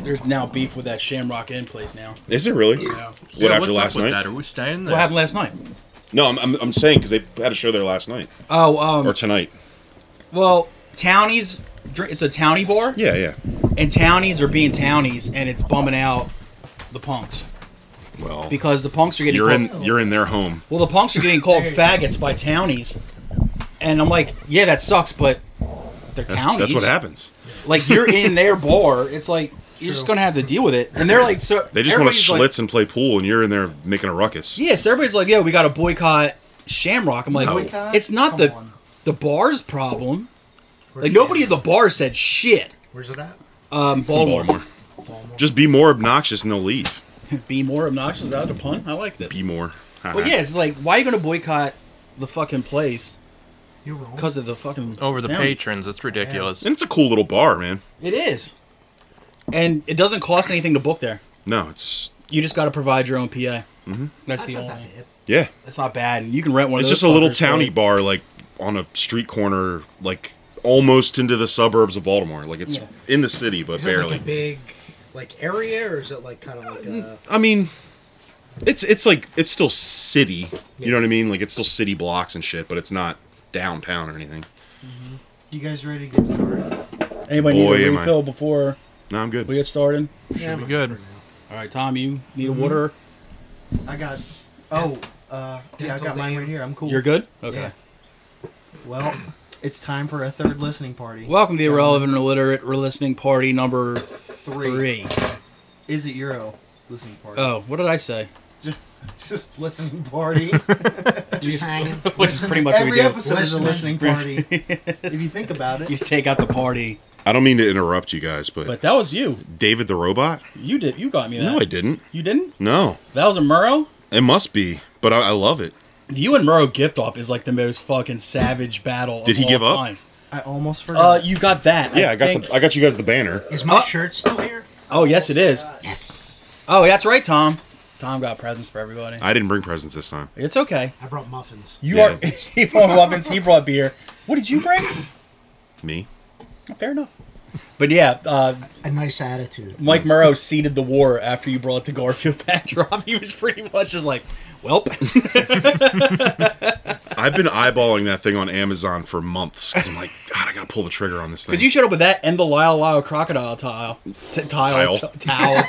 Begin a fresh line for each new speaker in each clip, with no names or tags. There's now beef with that Shamrock Inn place now.
Is it really?
Yeah.
What after last night?
Are we staying
What happened last night?
No, I'm, I'm, I'm saying because they had a show there last night
Oh, um,
or tonight.
well, Townies. dr- It's a Townie bar,
Yeah, yeah.
and Townies are being Townies, and it's bumming out the punks
Well,
because the punks are getting
you're
called,
in you're in their home.
well, the punks are getting called faggots by Townies, and I'm like, yeah, that sucks, but they're
That's,
Townies.
that's what happens.
Like you're in their bar, it's like you're just gonna have to deal with it, and they're like, so
They just want to
everybody's
schlitz
like-
and play pool, and you're in there making a ruckus.
Yes, everybody's like, yeah, we got to boycott Shamrock. I'm like,
No.
Boycott?
it's not
Come
the
on.
the bar's problem.
Where's
Like
it
nobody
at?
at the bar said shit.
Where's it at?
Um,
It's in
Baltimore.
Baltimore.
Just be more obnoxious, and they'll leave.
Be more obnoxious out of the pun. I like that.
Be more.
But yeah, it's like, why are you going to boycott the fucking place
You're wrong.
because of the fucking
over the
townies?
patrons? It's ridiculous.
and it's a cool little bar, man.
It is, and it doesn't cost anything to book there.
No, it's
You just got to provide your own PA. Mm-hmm. That's,
That's
the
not
only.
that bad.
yeah.
It's not bad. You can rent one.
It's
of those
just a little
fuckers,
towny
like-
bar, like on a street corner, like almost into the suburbs of Baltimore. Like it's
Yeah.
in the city, but
Is it
barely.
like a big like area, or is it like kind of like a
I mean, it's it's like it's still city. You know what I mean? Like it's still city blocks and shit, but it's not downtown or anything.
You guys ready to get started?
Anybody need
Boy,
a
am I-
refill before
No, I'm good.
we get started?
Should be good.
All right, Tom, you need a
Mm-hmm.
water.
I got. Oh, uh, yeah, I
Dental
got mine
dam.
right here. I'm cool.
You're good. Okay.
Yeah. Well, it's time for a third listening party.
Welcome to the Irrelevant and Illiterate Re- Listening Party number
Three.
three.
Is it Euro listening party?
Oh, what did I say?
just, just listening party.
Just-
hanging?
Which is pretty much what we
Every
do.
episode is a listening
Listening.
party. if you think about it,
You take out the party.
I don't mean to interrupt you guys, but,
But that was you.
David the robot?
You did. You got me that.
No, I didn't.
You didn't.
No,
That was a Murrow.
it must be, but I, I love it.
You and Murrow gift off is like the most fucking savage battle.
Did
of
he
all
give up?
times.
I almost
Uh,
forgot.
you got that.
Yeah, I, got
think.
the, I got you guys the banner.
Is my
Oh.
shirt still here?
oh yes, it is.
Yes.
Oh, that's right, Tom. Tom got presents for everybody.
I didn't bring presents this time.
It's okay.
I brought muffins.
You
Yeah.
are. he brought muffins. He brought beer. What did you bring?
Me?
Fair enough. But yeah, uh,
A nice attitude.
Mike Murrow seeded the war after you brought the Garfield backdrop. He was pretty much just like, "Welp."
I've been eyeballing that thing on Amazon for months because I'm like, God, I gotta pull the trigger on this thing.
Because you showed up with that and the Lyle Lyle crocodile tile, t- tile,
Tile.
t- towel.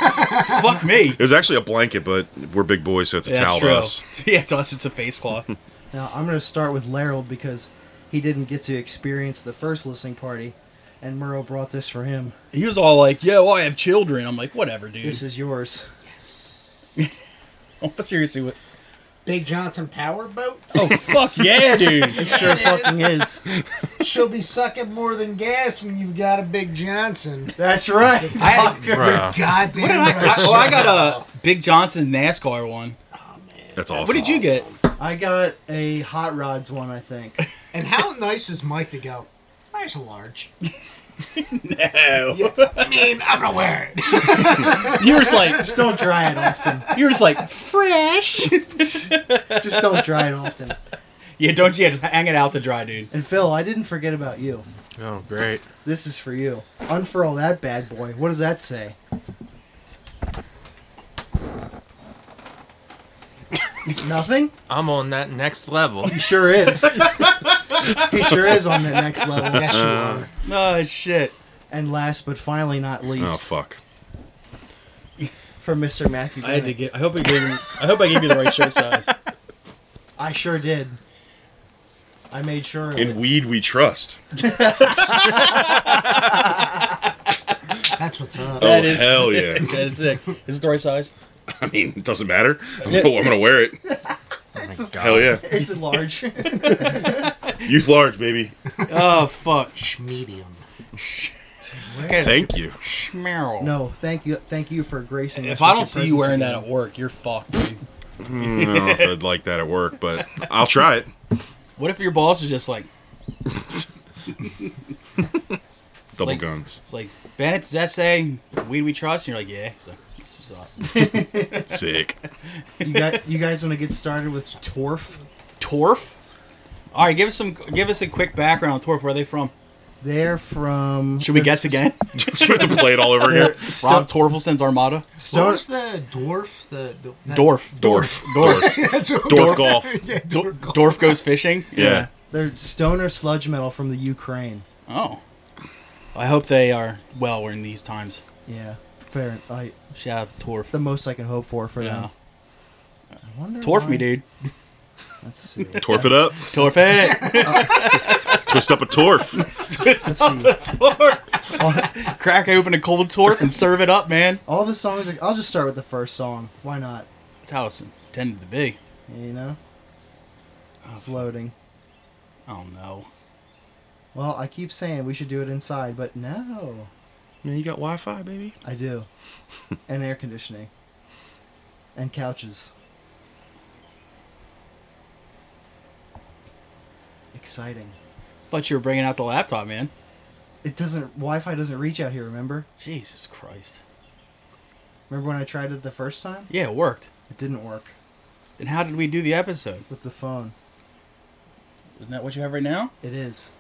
Fuck me.
it was actually a blanket, but we're big boys, so it's a towel to us.
Yeah, to us it's a face cloth.
now I'm going to start with Larold because he didn't get to experience the first listening party, and Murrow brought this for him.
He was all like, "Yo, I have children." I'm like, "Whatever, dude."
This is yours.
Oh, seriously, what?
Big Johnson powerboat?
Oh fuck yeah, dude.
Sure fucking is.
She'll be sucking more than gas when you've got a Big Johnson.
That's right.
Bruh.
Goddamn.
I, Uh, I-
right.
oh, I got a Big Johnson NASCAR one.
That's awesome.
What did you get?
I got a hot rods one, I think.
And how nice is Mike to go? There's a large.
No.
I mean, I'm gonna wear it.
You were just like,
Just don't dry it often.
you were just like fresh.
Just don't dry it often.
yeah, don't you? Yeah, just hang it out to dry, dude.
And Phil, I didn't forget about you.
Oh, great.
This is for you. Unfurl that bad boy. What does that say? Nothing?
I'm on that next level.
He sure is. he sure is on the next level.
Yes, you are.
Oh shit.
And last but finally not
Uh, Oh
least,
fuck!
from Mr. Matthew.
I had to
Bennett.
get. I hope I gave. You, I hope I gave you the right shirt size.
I sure did. I made sure of
In
it.
weed we trust.
That's what's up.
Uh,
Oh, hell yeah.
that is sick. Is it the right size?
I mean, it doesn't matter. I'm, gonna- I'm gonna wear it. Hell yeah!
It's a large.
Youth large, baby.
Oh fuck.
Sh- medium.
Thank you.
Schmerl.
no, thank you, thank you for gracing. us
If
with
I
your
don't see
presence
you wearing
again.
that at work, you're fucked. Dude.
I don't know if I'd like that at work, but I'll try it.
What if your boss is just like,
Double
Like-
guns.
it's like Bennett? Does that say weed we trust? And you're like, yeah. He's like, that's what's up.
Sick.
you, got, you guys want to get started with Torf?
Torf. All right, give us some. Give us a quick background on Torf. Where are they from?
They're from.
Should we guess again?
you have to play it all over again.
They're Sto-
Rob Torvaldsen's Armada.
What
Stone-
was the dwarf? The, the not-
Dorf.
Dorf.
Dorf.
That's what
Dorf golf.
Yeah,
Dor-
dwarf. golf.
Dorf goes fishing.
Yeah.
They're stoner sludge metal from the Ukraine.
Oh. I hope they are well We're in these times.
Yeah, fair. Like
Shout out to Torf.
the most I can hope for for
Yeah.
them. I wonder
Torf
why-
me, dude.
Let's see.
Torf it up.
Torf it.
Twist up a torf.
Twist up
see.
the torf.
all,
Crack open a cold torf and serve it up, man.
all the songs. Are, I'll just start with the first song. Why not?
That's how it's intended to be.
You know, it's loading.
Oh no.
Well, I keep saying we should do it inside, but no,
Man, you got Wi-Fi, baby.
I do, and air conditioning, and couches. Exciting.
But you were bringing out the laptop, man.
It doesn't. Wi-Fi doesn't reach out here. Remember?
Jesus Christ.
Remember when I tried it the first time?
Yeah, it worked.
It didn't work
Then how did we do the episode?
with the phone.
Isn't that what you have right now?
It is.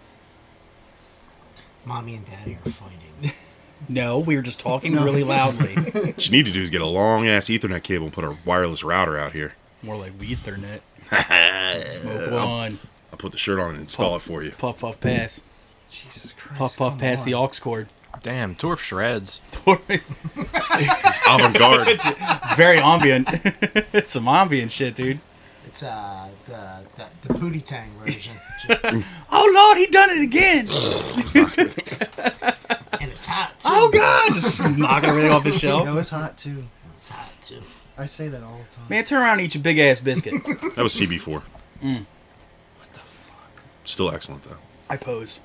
Mommy and daddy are fighting.
No, we were just talking really loudly.
What you need to do is get a long ass Ethernet cable and put a wireless router out here.
More like we Ethernet. Smoke
I'll,
one.
I'll put the shirt on and install it for you.
Uh, oh. Puff puff pass.
Jesus Christ.
Puff puff pass the aux cord.
Damn, Torf shreds.
Torf.
It's avant-garde.
It's very ambient. it's some ambient shit, dude.
It's uh the the, the Pootie Tang version, Just-
Oh lord, he done it again.
and it's hot too.
oh god, just knocking everything off the
You
shelf.
know, it's hot too.
It's hot too.
I say that all the time.
Man, turn around and eat your big ass biscuit.
That was CB4. What the fuck? Still excellent though.
I pose.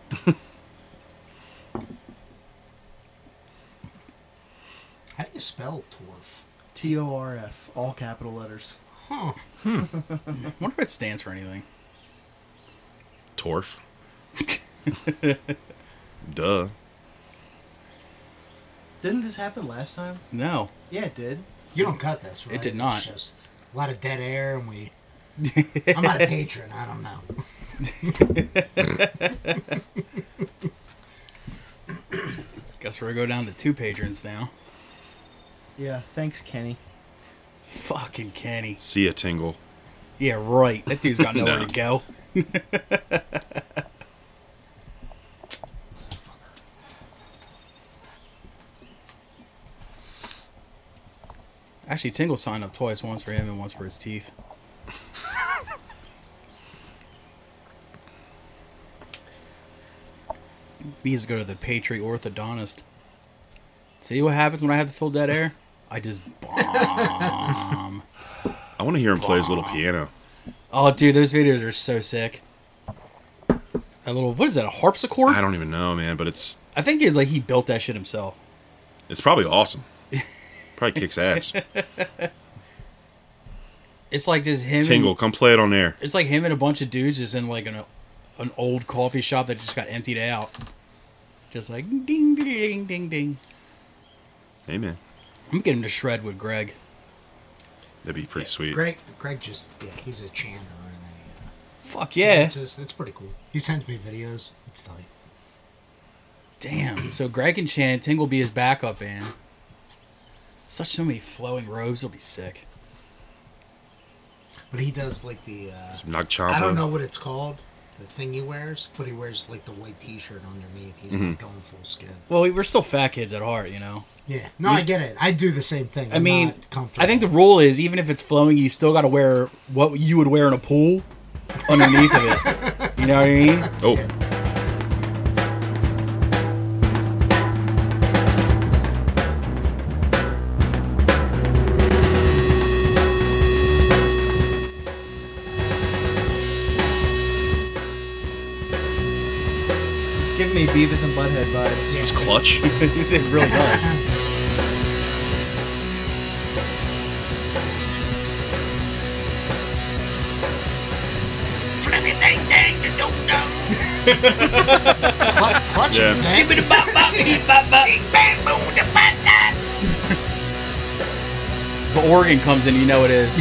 How do you spell dwarf?
T O R F, all capital letters.
Huh.
wonder if it stands for anything.
Torf. Duh.
Didn't this happen last time?
No.
Yeah, it did.
You don't cut this, right?
did not.
It's just a lot of dead air, and we. I'm not a patron. I don't know.
Guess we're gonna go down to two patrons now.
Yeah, thanks, Kenny.
Fucking Kenny.
See a tingle.
Yeah, right. That dude's got nowhere
No.
to go. Actually, Tingle signed up twice, once for him and once for his teeth. Needs to go to the Patriot orthodontist. See what happens when I have to fill dead air? I just bomb.
I want to hear him play his little piano.
Oh, dude, those videos are so sick. That little what is that? A harpsichord?
I
I,
don't even know, man, but it's
think it's like he built that shit himself.
it's probably awesome. Probably kicks ass.
It's like just him. and-
Tingle, come play it on air.
it's like him and a bunch of dudes just in like an an old coffee shop that just got emptied out. Just like ding ding ding ding ding.
Hey man,
I'm getting to shred with Greg.
that'd be pretty sweet.
Greg, Greg just yeah, he's a chanter and a. Uh,
Fuck yeah!
It's, just- it's pretty cool. He sends me videos. It's tight.
Damn. So Greg and Chan Tingle be his backup band. Such so many flowing robes. It'll be sick.
But he does like the. Uh,
Some Nag Champa.
I don't know what it's called, the thing he wears, but he wears like the white T-shirt underneath. He's
Mm-hmm.
not going full skin.
Well, we- we're still fat kids at heart, you know.
Yeah, no, I get it. I do the same thing.
I
I'm
mean,
not comfortable.
I think the rule is even if it's flowing, you still got to wear what you would wear in a pool underneath of it. You know what I mean?
Oh,
It's giving me Beavis and Butthead vibes.
Yeah.
it's clutch.
it really does.
Clut- clutch
Yeah.
is sick.
The organ comes in, you know it is.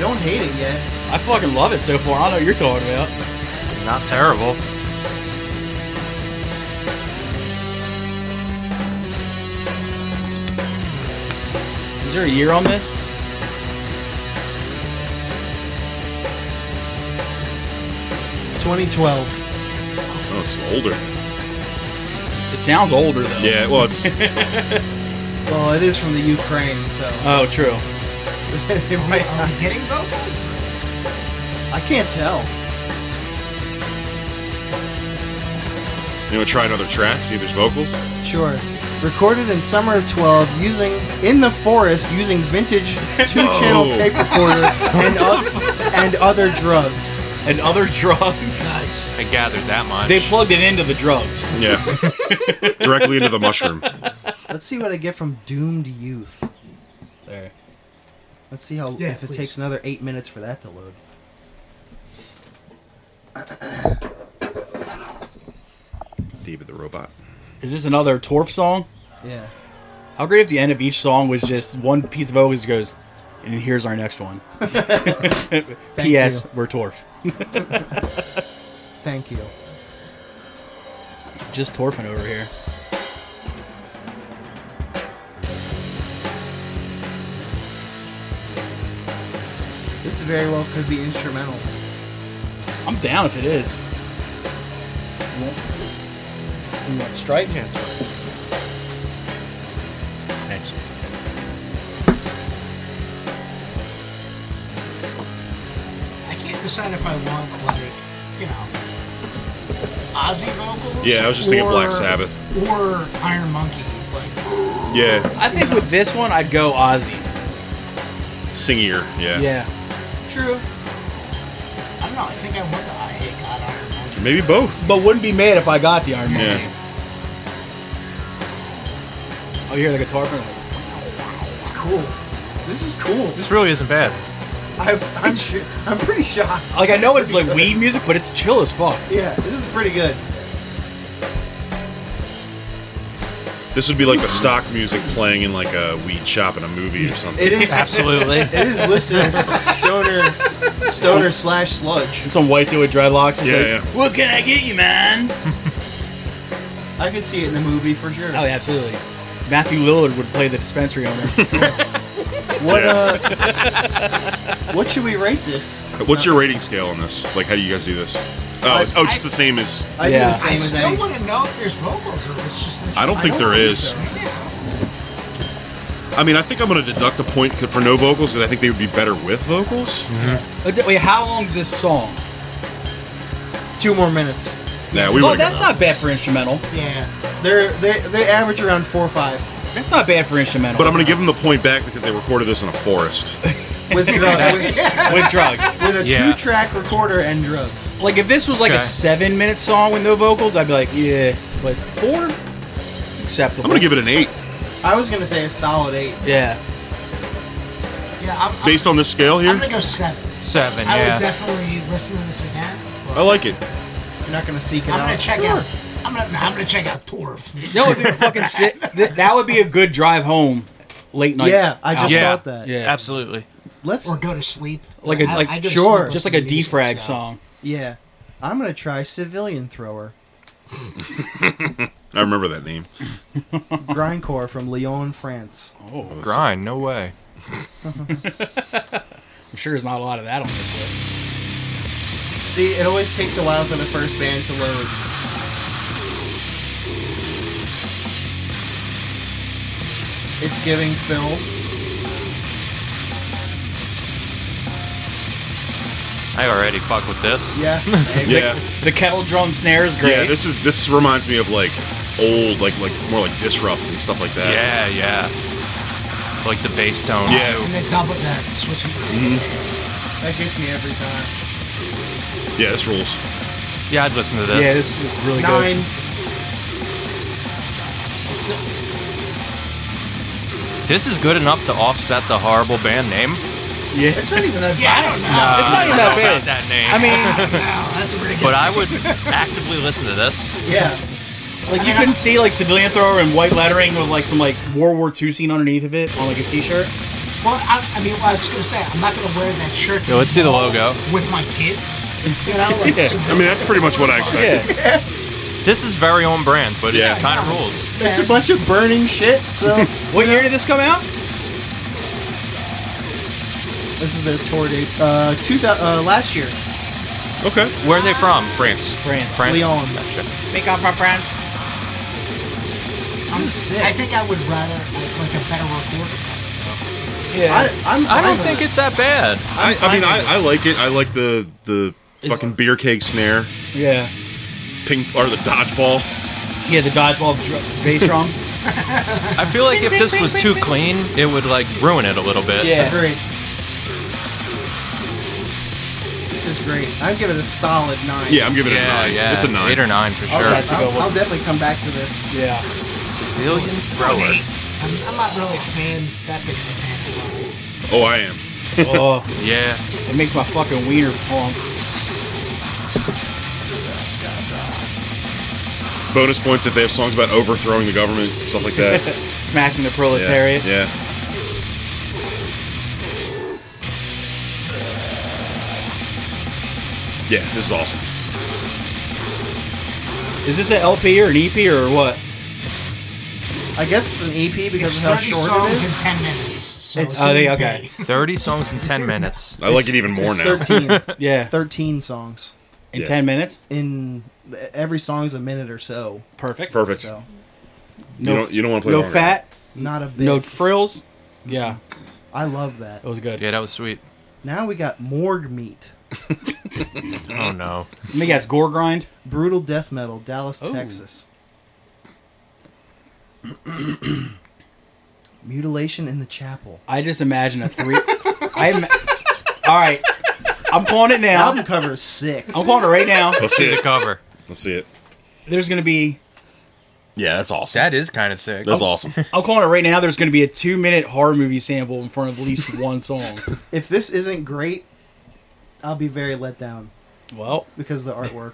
don't hate it yet.
I fucking love it so far. I know what you're talking about.
Not terrible.
Is there a year on this?
Twenty twelve.
Oh, it's older.
It sounds older though.
Yeah, well, it's
Well, it is from the Ukraine, so
Oh, true.
it might
Are we getting vocals?
I can't tell.
you know, try another track, see if there's vocals.
Sure. Recorded in summer of 12 using in the forest using vintage two-channel
Oh.
tape recorder and, oth- and other drugs.
And other drugs.
Nice.
I gathered that much.
They plugged it into the drugs.
Yeah, directly into the mushroom.
Let's see what I get from Doomed Youth.
There.
Let's see how
Yeah,
if it
please.
takes another 8 minutes for that to load.
David the robot.
Is this another Torf song?
Yeah.
How great if the end of each song was just one piece of vocals goes, and here's our next one. P.S.
you.
We're Torf.
Thank you.
Just Torfing over here.
This very well could be instrumental.
I'm down if it is.
straight hands. Right.
Thanks. I can't decide if I want like you know Ozzy vocals.
Yeah, I was just thinking
or-
Black Sabbath.
or Iron Monkey. Like
Yeah,
I think with this one, I'd go Ozzy.
singier. Yeah.
True.
I don't know. I think I want the I hate God Iron Monkey.
Maybe both.
But wouldn't be mad if I got the Iron Man.
Yeah.
Oh, you hear the guitar from it.
It's cool. This is cool.
This really isn't bad.
I, I'm, sh- I'm pretty shocked.
Like, I know
This
it's
is
like
pretty
weed music, but it's chill as fuck.
good. Yeah, this is pretty good.
This would be like the stock music playing in like a weed shop in a movie or something.
It is.
Absolutely.
It is listed as stoner, stoner slash sludge.
Some white dude with dreadlocks. He's
Yeah,
like,
yeah.
What can I get you, man?
I could see it in the movie for sure.
Oh, yeah, absolutely. Matthew Lillard would play the dispensary owner.
What
Yeah.
uh? what should we rate this?
What's your rating scale on this? Like, how do you guys do this? Oh, it's- oh, it's
I-
the same as.
I do
Yeah.
the same
I
as
still
any.
want to know if there's vocals or it's just.
I don't think there is.
Yeah.
I mean, I think I'm going to deduct a point c- for no vocals because I think they would be better with vocals.
Uh, d- Wait, how long's this song?
Two more minutes.
Yeah, we
No,
were-
Oh, that's not bad for instrumental.
Yeah.
They're they they average around four or five
That's not bad for instrumental.
But I'm going to give them the point back because they recorded this in a forest.
with the, with,
with drugs.
with a
Yeah.
two track recorder and drugs.
Like if this was like a
Okay.
seven-minute song with no vocals, I'd be like, yeah. But four, It's acceptable.
I'm going to give it an eight
I was gonna say a solid eight.
Yeah.
Yeah. I'm, I'm,
based on this scale
I'm
here.
gonna go seven.
Seven,
I would
yeah.
definitely listen to this again. but
I like it.
You're not gonna seek it
I'm
out.
gonna check out. I'm gonna. nah, I'm gonna check out Torf.
That would be fucking sick. Th- that would be a good drive home, late night.
Yeah, I just
Yeah.
thought that.
Yeah.
Absolutely.
Let's.
or go to sleep.
Like a
I-
like
I go to
sure.
sleep with
just like a
music,
defrag
so.
song.
Yeah, I'm gonna try civilian thrower.
I remember that name.
Grindcore from Lyon, France.
Oh,
Grind, no way.
I'm sure there's not a lot of that on this list.
See, it always takes a while for the first band to load. It's giving Phil.
I already fuck with this.
Yeah. same.
Yeah,
The kettle drum snare is great.
yeah. This is this reminds me of like old, like like more like disrupt and stuff like that.
Yeah, yeah. Like the bass tone.
Yeah,
And then double that switch. Oh,
Mm-hmm.
That gets me every time.
yeah. This rules.
Yeah, I'd listen to this.
yeah, this is really
Nine.
good.
This is good enough to offset the horrible band name.
Yeah.
It's not even that
Yeah, I
bad.
don't know.
It's not even that
About
bad.
that name.
I mean,
Wow, that's a pretty good.
but I would actively listen to this.
Yeah.
like you couldn't see like civilian thrower and white lettering with like some like World War II scene underneath of it on like a t-shirt.
Well, I, I mean, I was gonna say I'm not gonna wear that shirt.
Yo, let's see the logo.
with my kids. You know, like,
Yeah,
so-
I mean that's pretty much what I expected.
This is very on brand, but
Yeah.
it kind of rules.
Yeah.
It's a bunch of burning shit, so.
What year did this come out?
This is their tour date.
uh, two, thou- uh, last year.
Okay,
Where are they from?
France.
France.
France.
Leon.
Make up for France.
I'm- I think I would rather like, like a better recorder.
I, I'm
I
fine
don't
with
think
it.
it's that bad.
I, I mean I, I like it. I like the the fucking beer keg snare,
Yeah.
ping or the dodgeball.
Yeah, the dodgeball dr- bass drum.
I feel like if this was too clean, it would like ruin it a little bit.
Yeah.
Great. This is great. I'd give it a solid nine.
Yeah, I'm giving it
Yeah,
a nine.
yeah.
It's a nine.
Eight or nine for
I'll
sure.
bet.
I'll, I'll definitely come back to this.
Yeah.
Civilian thrower.
I'm, I'm not really a fan that big of a fan. of it.
Oh, I am.
Oh,
Yeah.
it makes my fucking wiener pump.
Bonus points if they have songs about overthrowing the government, stuff like that.
Smashing the
Yeah,
proletariat.
Yeah. Yeah, this is awesome.
Is this an LP or an EP or what?
I guess it's an EP because
It's
of how
30
short it
songs in
is.
10 minutes. So
It's-
it's,
Uh,
Oh, they okay.
30 songs in 10 minutes.
I like it even more
It's
now.
13,
Yeah.
13 songs.
In
Yeah.
ten minutes.
In every song's a minute or so.
Perfect.
Perfect.
So
You don't- you don't wanna play
No
longer.
fat.
not a bit.
No frills. Yeah,
I love that.
it was good.
Yeah, that was sweet.
Now we got morgue meat.
Oh no.
Let me guess. Gore grind.
Brutal death metal, Dallas,
Oh.
Texas. Mutilation in the chapel.
I just imagine a three. I. Im- All right. I'm calling it now.
Album cover is sick.
I'm calling it right now.
Let's see
See the
it.
cover.
Let's see it.
There's gonna be.
Yeah, that's awesome.
That is kind of sick. Oh,
That's awesome.
I'm calling it right now. There's gonna be a two minute horror movie sample in front of at least one song.
If this isn't great, I'll be very let down
Well,
because of the artwork.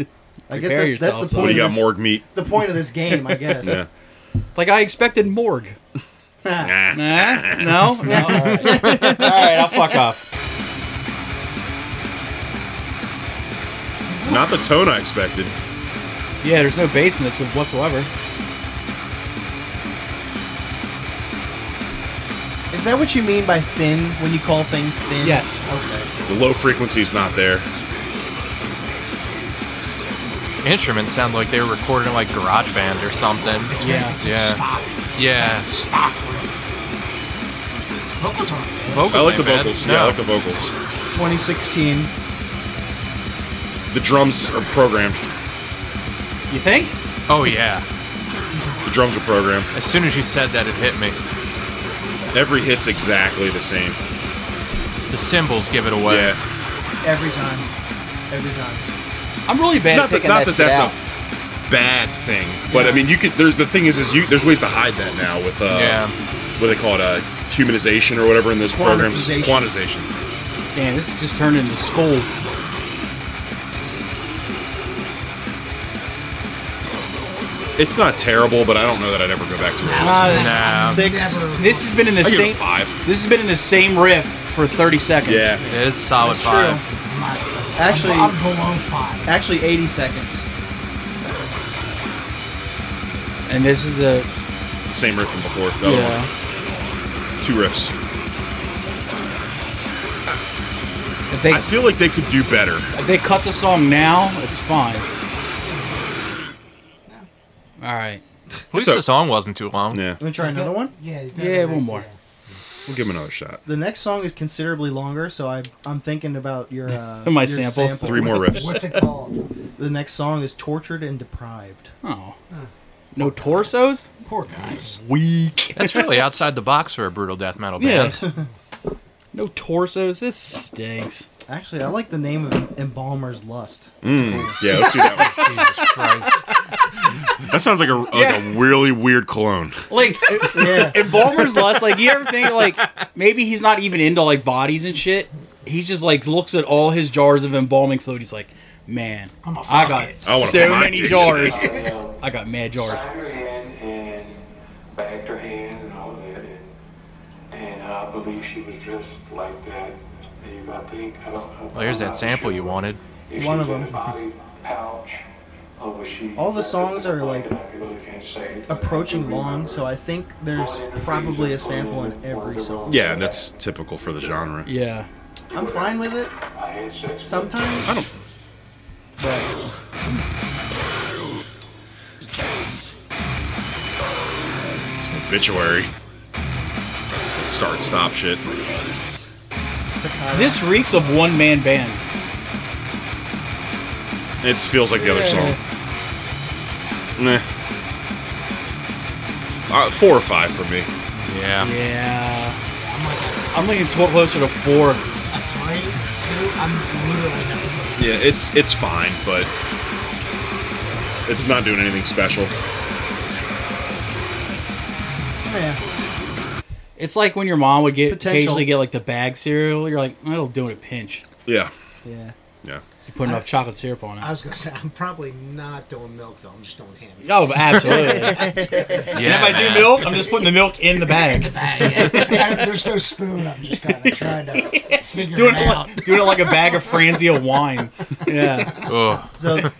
I
Prepare
guess that's, that's
yourselves,
the
though.
What
point.
do you
of
got?
this,
Morgue meat.
The point of this game, I guess.
Yeah.
like I expected, morgue.
Nah.
Nah, no, no. All right. All right, I'll fuck off.
Not the tone I expected.
Yeah, there's no bass in this whatsoever.
Is that what you mean by thin when you call things thin?
Yes.
Okay.
The low frequency is not there.
Instruments sound like they were recording like Garage Band or something.
Yeah.
Yeah.
stop.
Yeah.
Stop. riff. Vocals are
Vocals
I like the
ain't bad.
vocals.
No.
Yeah, I like the vocals.
2016.
The drums are programmed.
You think?
oh yeah.
The drums are programmed.
As soon as you said that, it hit me.
Every hit's exactly the same.
The cymbals give it away.
Yeah.
Every time. Every time.
I'm really bad
Not
at
that,
picking
not
that, shit out.
that that's a bad thing, but I mean, you could. There's the thing is, is you there's ways to hide that now with uh,
Yeah.
what do they call it, uh, humanization or whatever in those programs.
Quantization.
Quantization.
Damn, this just turned into school.
It's not terrible, but I don't know that I'd ever go back to it.
Ah,
honestly.
Nah.
Six.
never.
This has been in the
I give it
same.
a five.
This has been in the same riff for 30 seconds.
Yeah.
It is a solid
True.
five.
my-
Actually-
I'm, I'm below five.
Actually, 80 seconds.
And this is the
Same riff from before. The other
yeah.
one. Two riffs.
If they
I feel like they could do better.
if they cut the song now, it's fine. All right.
At least
It's a-
the song wasn't too long.
Yeah.
Let me try another one.
Yeah. that
Yeah,
one
one
is,
more.
We'll give them another shot.
The next song is considerably longer, so I, I'm thinking about your uh,
My
your
sample.
Three more
yeah.
riffs.
What's it called?
The next song is "Tortured and Deprived."
Oh. No torsos?
Poor guys.
Weak.
That's really outside the box for a brutal death metal
Yeah.
band.
no torsos. This stinks.
Actually, I like the name of "Embalmer's Lust."
Mm.
Yeah, let's do that one.
Jesus Christ.
That sounds like a like
Yeah.
a really weird cologne.
Like
Yeah,
in Balmer's Lust, like you ever think like maybe he's not even into like bodies and shit. He's just like looks at all his jars of embalming fluid. He's like, man,
I'm a
I got
fuck it.
I wanna
so
fuck
many
it."
jars.
Oh.
I got mad jars.
Side your hand and back your hand and all that. And, and I believe she was dressed like that, and you gotta think, I don't. I'm
Well, here's
not
that sample you
sure
wanted.
if
One
she's
of
in
them.
a body pouch, or was she
All the
dressed
songs are, like,
I really can't say.
approaching long, so I think there's probably a sample in every song.
Yeah, and that's typical for the genre.
Yeah.
I'm fine with it
I had sex with
sometimes.
I don't-
But
It's an obituary. It's Start stop shit.
staccato.
This reeks of one man band.
It feels like the other song. Nah. Uh, four or five for me.
Yeah.
Yeah. I'm leaning to- closer to four.
A three, two, I'm literally not.
Yeah, it's it's fine, but it's not doing anything special.
Yeah.
It's like when your mom would get
Potential.
occasionally get like the bag cereal. You're like, that'll do in a pinch.
Yeah,
yeah.
yeah.
You put enough chocolate syrup on
I
it.
was gonna say I'm probably not doing milk though. I'm just doing ham.
Oh, absolutely.
Yeah.
if I do
man.
milk, I'm just putting the milk in the bag.
I, there's no spoon. I'm just kind of trying to figure
Doing
it
it,
out.
like, doing it like a bag of Franzia wine. Yeah.
Ugh.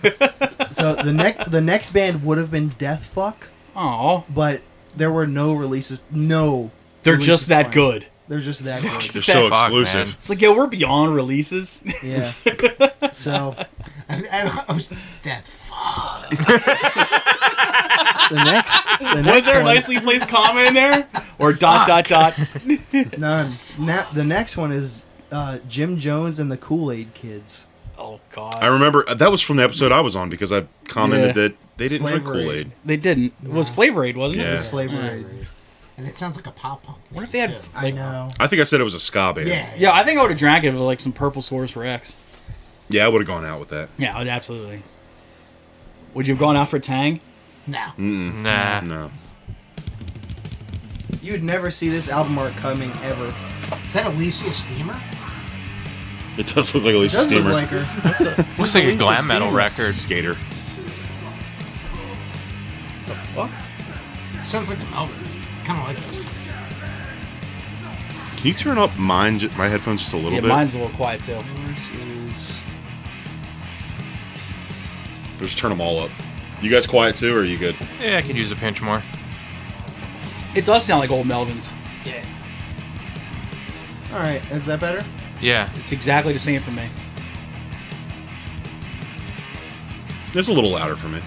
So, so the next the next band would have been Death Fuck,
Oh,
but there were no releases. No.
They're
releases
just that
planned.
good.
They're just that
They're
good.
so
Fuck,
exclusive.
man.
It's like, yo, we're beyond releases.
Yeah. So
And I was death. Fuck.
the next the next
Was there a
one,
nicely placed comma in there? Or dot, dot, dot.
none. Na- the next one is uh, Jim Jones and the Kool Aid Kids.
Oh, God.
I remember uh, that was from the episode I was on because I commented
Yeah.
that they didn't
Flavor
drink
Aid.
Kool Aid.
They didn't. It was Flavor Aid, wasn't it?
Yeah.
it? was-
Flavor Aid.
And it sounds like a pop punk.
What if they had?
too.
I
Like,
know.
I think I said it was a ska band.
Yeah.
yeah, I think I would have drank it with like some Purple Source Rex.
Yeah, I would have gone out with that.
Yeah, I'd absolutely. Would you have gone out for Tang?
No.
Nah.
No.
You would never see this album art coming ever.
Is that Alicia Steamer?
It does look like at least
Does
steamer.
look like her. That's a,
Looks like a
Release of
glam metal
Steamer.
record.
Skater.
Sounds like the Melvins. Kind of like this.
Can you turn up mine, ju- my headphones just a little
Yeah,
bit?
mine's a little quiet too.
this is
Just turn them all up. You guys quiet too, or are you good?
Yeah, I could use a pinch more.
It does sound like old Melvins.
Yeah.
all right. Is that better?
Yeah.
It's exactly the same for me.
It's a little louder for me.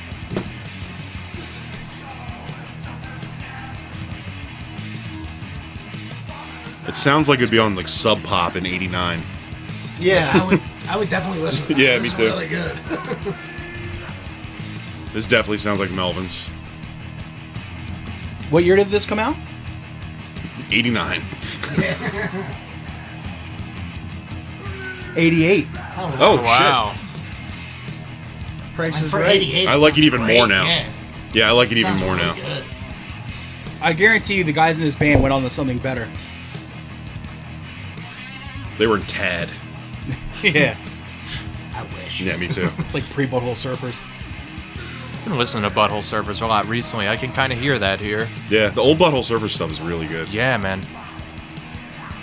It sounds like it'd be on like Sub Pop in '89.
Yeah.
I would, I would definitely listen. To that.
Yeah, me
It's
too.
Really good.
This definitely sounds like Melvin's
What year did this come out?
'89.
Eighty-eight.
Oh
wow.
Price
Like
is
for
right.
88,
I like
sounds
it even
great.
more now.
Yeah.
shit! Yeah, I like it even
Sounds
more
really
now.
good.
I guarantee you, the guys in this band went on to something better.
They were in Tad.
yeah,
I wish.
Yeah, me too.
it's like pre Butthole Surfers.
I've been listening to Butthole Surfers a lot recently. I can kind of hear that here.
yeah, the old Butthole Surfer stuff is really good.
Yeah, man.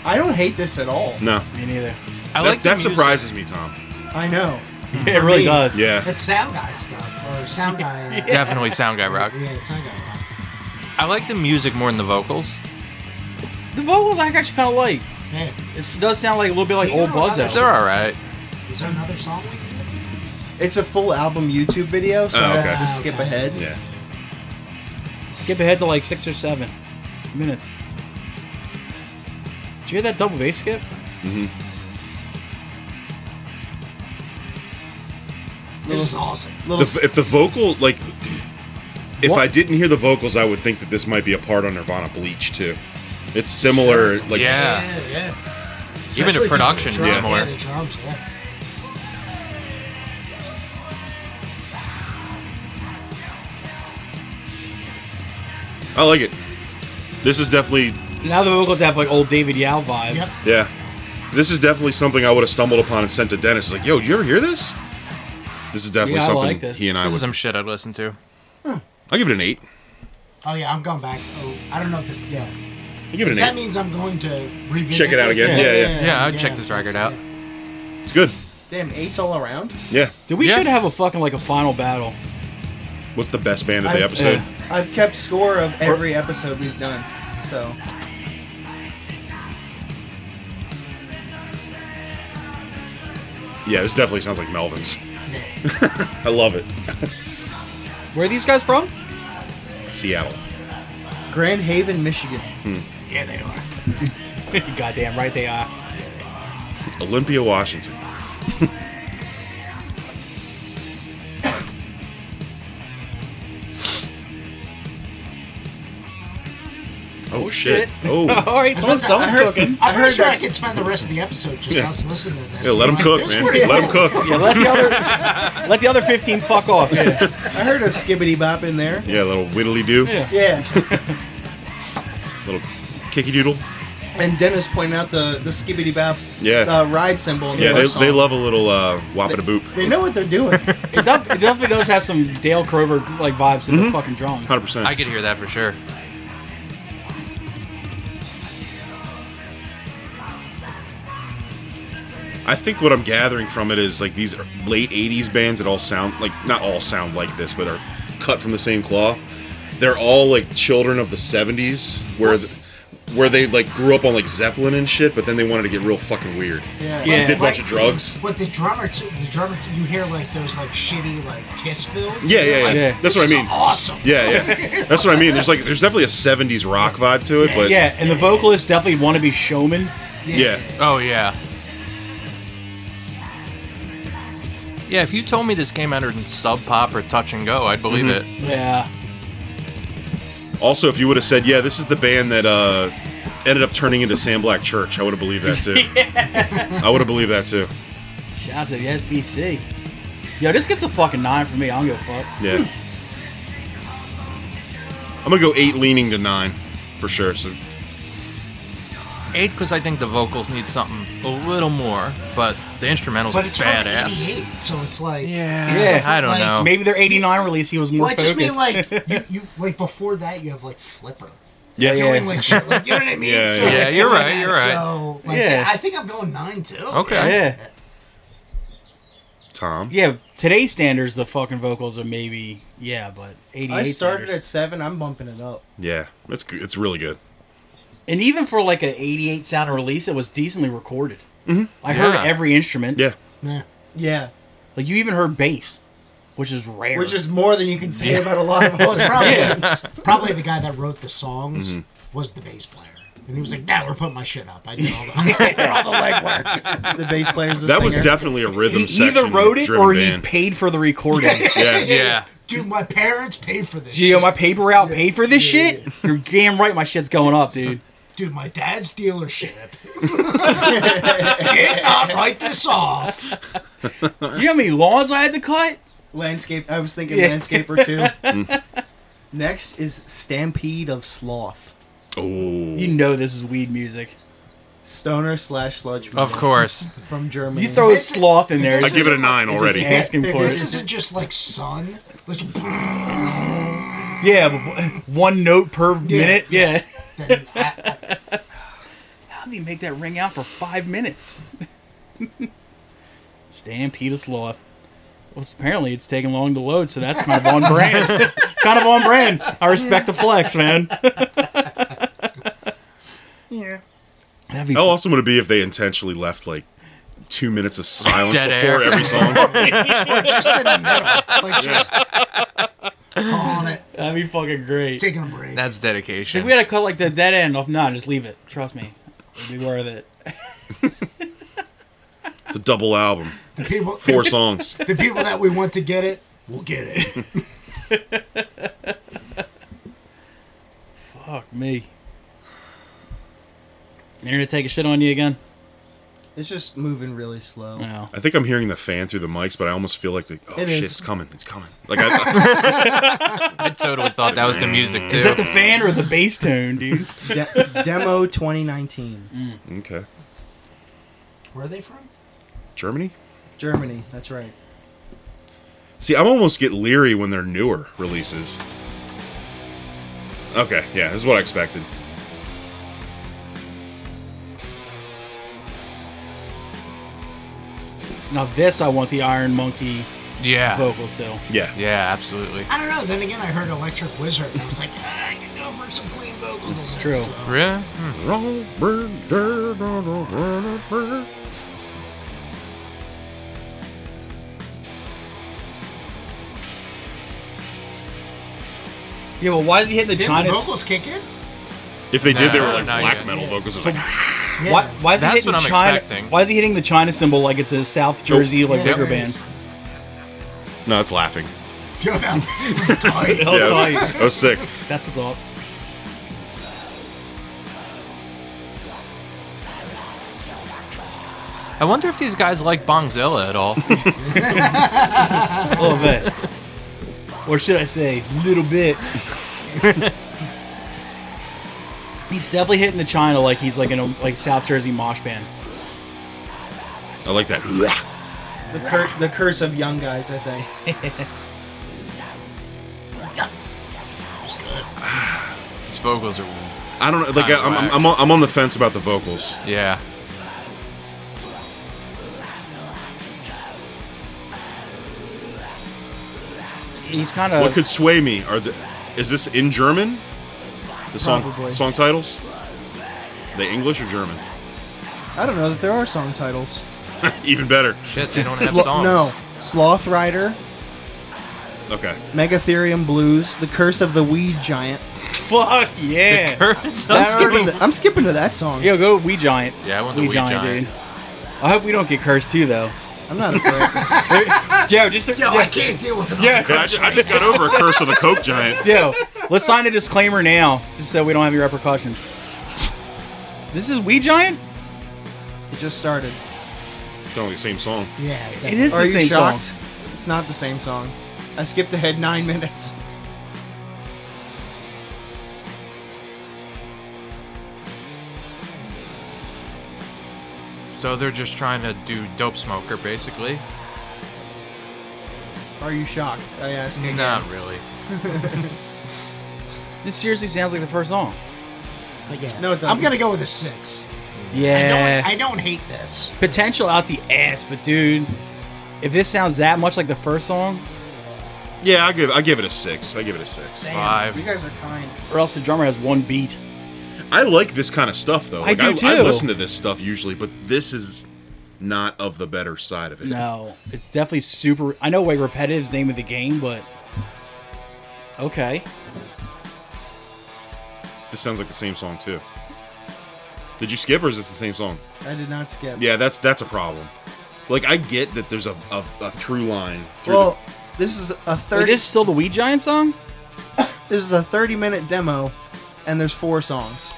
I don't hate this at all.
No,
Me neither.
I
that,
like the
that
music.
surprises me, Tom.
I know.
it really
me.
does.
Yeah,
That's sound guy stuff or sound guy. Uh, yeah.
Definitely Sound Guy Rock.
sound guy. rock.
I like the music more than the vocals.
The vocals I actually kind of like.
Yeah.
It does sound like a little bit like
You
old
know,
Buzz
others-
out.
They're all right.
Is there another song? we can do?
It's a full album YouTube video, so
Oh,
I have
okay.
to just skip
Okay.
ahead.
yeah.
Skip ahead to like six or seven minutes. Did you hear that double bass skip?
This is awesome.
Little
The, if the vocal, like, if I didn't hear the vocals, I would think that this might be a part on Nirvana Bleach too. It's similar, like,
Yeah.
Yeah. yeah.
Even the
Especially 'cause of
production
drum-
similar.
Yeah, the drums. Yeah.
I like it. This is definitely,
Now the vocals have like old David Yao vibe.
Yep.
yeah, this is definitely something I would have stumbled upon and sent to Dennis. Like, yo, did you ever hear this? This is definitely
Yeah, I
something
like this.
he and I
This is
would.
some shit I'd listen to.
I'll give it an eight.
Oh yeah, I'm going back. Oh, I don't know if this. Yeah.
I give it an
That
eight.
means I'm going to revisit.
Check it out
this.
again. Yeah, yeah.
Yeah, I'd check this record out.
It's good.
Damn, eights all around.
Yeah.
Dude, we
Yeah.
should have a fucking like a final battle.
What's the best band of
I-
the episode?
eh.
I've kept score of every episode we've done. So
Yeah, this definitely sounds like Melvin's. I love it.
Where are these guys from?
Seattle.
Grand Haven, Michigan.
Yeah, they are.
Goddamn right they are.
Olympia, Washington. oh shit! Oh,
All right, someone, someone's cooking.
I'm pretty sure I could spend the rest of the episode just
Yeah.
us listening to this.
yeah, let
I'm
them
like,
cook,
this
man.
pretty
Let them
cool.
cook.
Yeah, let the other let the other fifteen fuck off. Yeah.
I heard a skibbity bop in there.
Yeah, a little whittly do,
Yeah.
Yeah.
little kicky doodle.
and Dennis pointed out the the skibbity bop
Yeah.
uh, ride symbol. In the
Yeah, they,
first
they
song.
love a little uh, whop a boop.
They know what they're doing.
It, def- it definitely does have some Dale Crover like vibes to the fucking drums.
Hundred
I
percent.
could hear that for sure.
I think what I'm gathering from it is like these late '80s bands that all sound like not all sound like this, but are cut from the same cloth. They're all like children of the '70s, where the, where they like grew up on like Zeppelin and shit, but then they wanted to get real fucking weird.
Yeah.
Yeah.
Did a bunch of drugs.
With the drummer, too, the drummer, too, you hear like those like shitty like kiss fills.
Yeah, yeah, yeah.
Yeah.
That's what I
This is
mean.
Awesome.
Yeah, yeah. That's what I mean. There's like there's definitely a '70s rock vibe to it, but yeah,
Yeah, and the vocalists definitely want to be showmen.
yeah,
Oh yeah. Yeah, if you told me this came out in Sub Pop or Touch and Go, I'd believe
Mm-hmm.
it.
Yeah.
Also, if you would have said, "Yeah, this is the band that uh, ended up turning into Sam Black Church," I would have believed that too. I would have believed that too.
Shout out to the SBC. Yo, this gets a fucking nine for me. I don't give a fuck.
Yeah. I'm gonna go eight, leaning to nine, for sure. So
Eight, because I think the vocals need something a little more, but the instrumentals
But
are
it's from
badass.
'88, so it's like
Yeah,
Yeah.
I don't
Like,
know.
Maybe their '89 release, he was more
Well, I
focused.
just mean like you, you like before that you have like Flipper.
yeah,
Doing like shit, like, you know what I mean?
Yeah,
so,
yeah.
like,
Yeah, you're
doing
right,
that,
you're right.
So, like,
Yeah.
I think I'm going nine too.
okay.
yeah,
Tom.
yeah. Today's standards, the fucking vocals are maybe yeah, but '88.
I started at
standards.
seven. I'm bumping it up.
Yeah, it's good. It's really good.
and even for like an '88 sound release, it was decently recorded. I heard
Yeah.
every instrument.
Mm-hmm. Yeah,
Yeah.
Yeah.
like you even heard bass, which is rare.
Which is more than you can say about a lot of
Well, it's
us.
probably
Yeah. Mm-hmm.
probably the guy that wrote the songs was the bass player, and he was like, "Now we're putting my shit up. I did all the, I did all the legwork."
the bass player's the
that was
singer.
definitely a rhythm.
he
section
either wrote it
driven
or
band.
he paid for the recording.
yeah,
Yeah.
Dude, my parents paid for this.
Geo,
shit.
oh, my paper route paid for this
Yeah, yeah,
shit. You're damn right, my shit's going up, dude.
Dude, my dad's dealership did not write this off.
You know how many lawns I had to cut?
landscape. I was thinking
Yeah.
landscaper too.
Mm.
Next is Stampede of Sloth,
oh,
You know this is weed music.
stoner slash sludge.
Of
metal
course.
from Germany.
You throw a sloth in there.
I
I
it's
give it
just-
a nine
it's
already.
Just asking
If
for
this
it.
isn't just like sun, let's-
Yeah, but one note per minute. Yeah.
then I-
How do you make that ring out for five minutes? Stampede of sloth. Well, apparently it's taking long to load, so that's kind of on brand. kind of on brand. I respect the flex, man.
Yeah.
That'd be
How awesome would it be if they intentionally left like two minutes of silence
Dead
before
air.
every song?
or just in the middle, like just calling it,
That'd be fucking great.
taking a break.
That's
If
dedication.
we had to cut like the dead end off, no, just leave it. Trust me, it'd be worth it.
it's a double album,
the people,
four songs.
the people that we want to get it, will get it.
Fuck me. They're gonna take a shit on you again.
It's just moving really slow.
No.
I think I'm hearing the fan through the mics, but I almost feel like the oh
It
shit,
is.
it's coming, it's coming. Like I,
I totally thought that was the music too.
Is that the fan or the bass tone, dude?
De- demo 2019,
okay,
Where are they from?
Germany.
Germany. That's right.
See, I almost get leery when they're newer releases. Okay, yeah, this is what I expected.
Now this I want the Iron Monkey
Yeah.
vocals too.
Yeah.
Yeah, absolutely.
I don't know. Then again, I heard Electric Wizard, and I was like, ah, I can go for some clean vocals. It's
true.
Really? Hmm.
Yeah, well, why is he hitting the
Did
China?
the
s-
vocals kick in?
If they did, they were
No,
like
not
black
yet.
metal vocals. It was like,
Yeah.
Why, why is
That's
he hitting
what I'm
China?
expecting.
Why is he hitting the China symbol like it's a South Jersey like
Yeah,
bigger
there it is.
band?
no, it's laughing.
Yo, that was tight.
Oh,
Yeah,
sorry.
that was sick.
That's what's up.
I wonder if these guys like Bongzilla at all.
A little bit. or should I say, little bit. he's definitely hitting the China like he's like in a like South Jersey mosh band.
I like that.
The, cur- the curse of young guys, I think.
These vocals are.
I don't know. Like,
Kinda
I'm, I'm,
whack.
I'm, on, I'm on the fence about the vocals.
Yeah.
He's kind
What
of
could sway me? Are the, is this in German? The song
Probably.
song titles? They English or German?
I don't know that there are song titles.
Even better.
Shit, they don't have
Slo-
songs.
No. Sloth Rider,
Okay.
Megatherium Blues, The Curse of the Weed Giant.
fuck yeah.
Curse.
I'm
That
skipping,
already-
to- I'm skipping to that song.
Yo, go Wee Giant.
Yeah, I want the Wee Giant.
dude. I hope we don't get cursed too, though.
I'm not afraid.
Joe, just
Yo,
yeah,
I can't deal with it.
yeah,
I just, I just got over a curse of the Coke giant.
Yo, let's sign a disclaimer now, just so we don't have any repercussions. This is Wee Giant.
it just started.
It's only the same song.
Yeah, that-
It is
are
the
you
same
shocked?
song.
It's not the same song. I skipped ahead nine minutes.
So they're just trying to do Dope Smoker, basically.
Are you shocked? I ask again.
Not really.
This seriously sounds like the first song.
but yeah.
No, it doesn't.
I'm gonna go with a six.
Yeah,
I don't. I don't hate this.
potential out the ass, but dude, if this sounds that much like the first song,
Yeah, I give I give it a six. I give it a six.
Damn,
Five.
You guys are kind.
or else the drummer has one beat.
I like this kind of stuff though.
I
Like,
do,
I
too.
listen to this stuff usually, but this is not of the better side of it.
No, it's definitely super. I know like repetitive's name of the game, but okay.
This sounds like the same song too. Did you skip or is this the same song?
I did not skip.
Yeah, that's that's a problem. Like I get that there's a, a, a through line through
Well, this is a
Wait,
thirty.
this is still the Wee Giant song?
this is a thirty-minute demo, and there's four songs.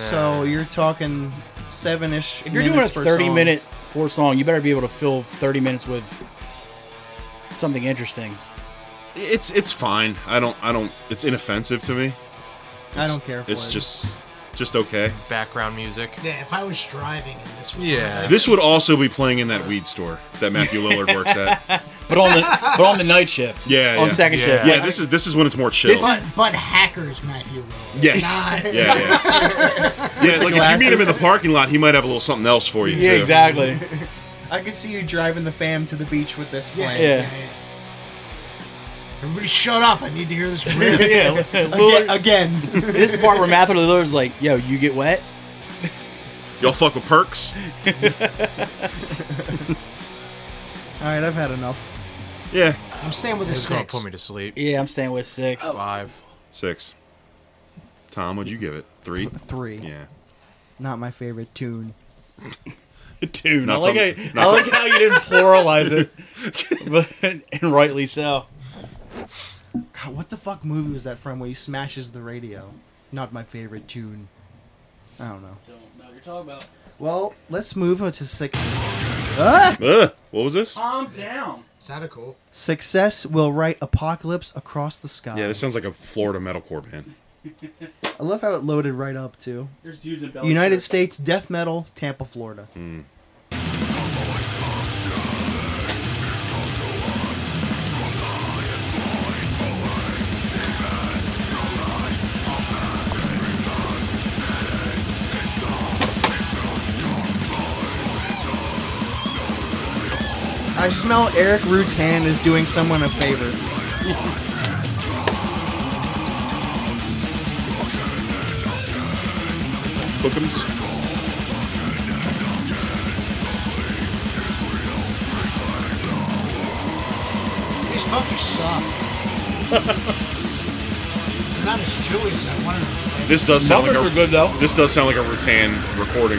So you're talking seven-ish.
If you're doing a
minutes per
30
song.
minute four song, you better be able to fill 30 minutes with something interesting.
the, it's it's fine. I don't I don't it's inoffensive to me.
I don't care. For
It's
it.
just just okay.
Background music.
Yeah, if I was driving and this was
Yeah.
This would also be playing in that weed store that Matthew Lillard works at.
But on the but on the night shift.
Yeah,
On
yeah.
second
Yeah.
shift.
Yeah, this is this is when it's more chill.
This is-
But, but hackers, Matthew Will.
Yes.
Not-
Yeah, yeah. yeah, like if you meet him in the
Glasses.
parking lot, he might have a little something else for you
Yeah,
too.
exactly.
I could see you driving the fam to the beach with this
Yeah,
playing.
yeah, yeah. Everybody shut up. I need to hear this riff.
yeah.
Aga-
Lillard-
Again,
this is the part where Matthew Lillard's like, yo, you get wet?
Y'all fuck with perks.
all right, I've had enough.
Yeah.
I'm staying with a
It's gonna
six.
put me to sleep.
Yeah, I'm staying with six.
Oh,
Five.
Six. Tom, what'd you give it? Three?
Three,
Yeah.
not my favorite tune.
Dude, I
Not
like,
some-
how-
not
I
some-
like how you didn't pluralize it. But, and rightly so.
God, what the fuck movie was that from? Where he smashes the radio? Not my favorite tune. I don't know. Well, let's move on to six.
Ugh, what was this?
Calm down.
Sounded cool.
Success will write apocalypse across the sky.
Yeah, this sounds like a Florida metalcore band.
I love how it loaded right up too.
There's dudes in
United States death metal, Tampa, Florida.
Hmm.
smell Eric Rutan is doing someone a favor.
Hookums.
These cookies suck. They're not as chewy as I wanted them. to be.
This does sound
Muppets
like
were
a
good, though.
This does sound like a Rutan recording.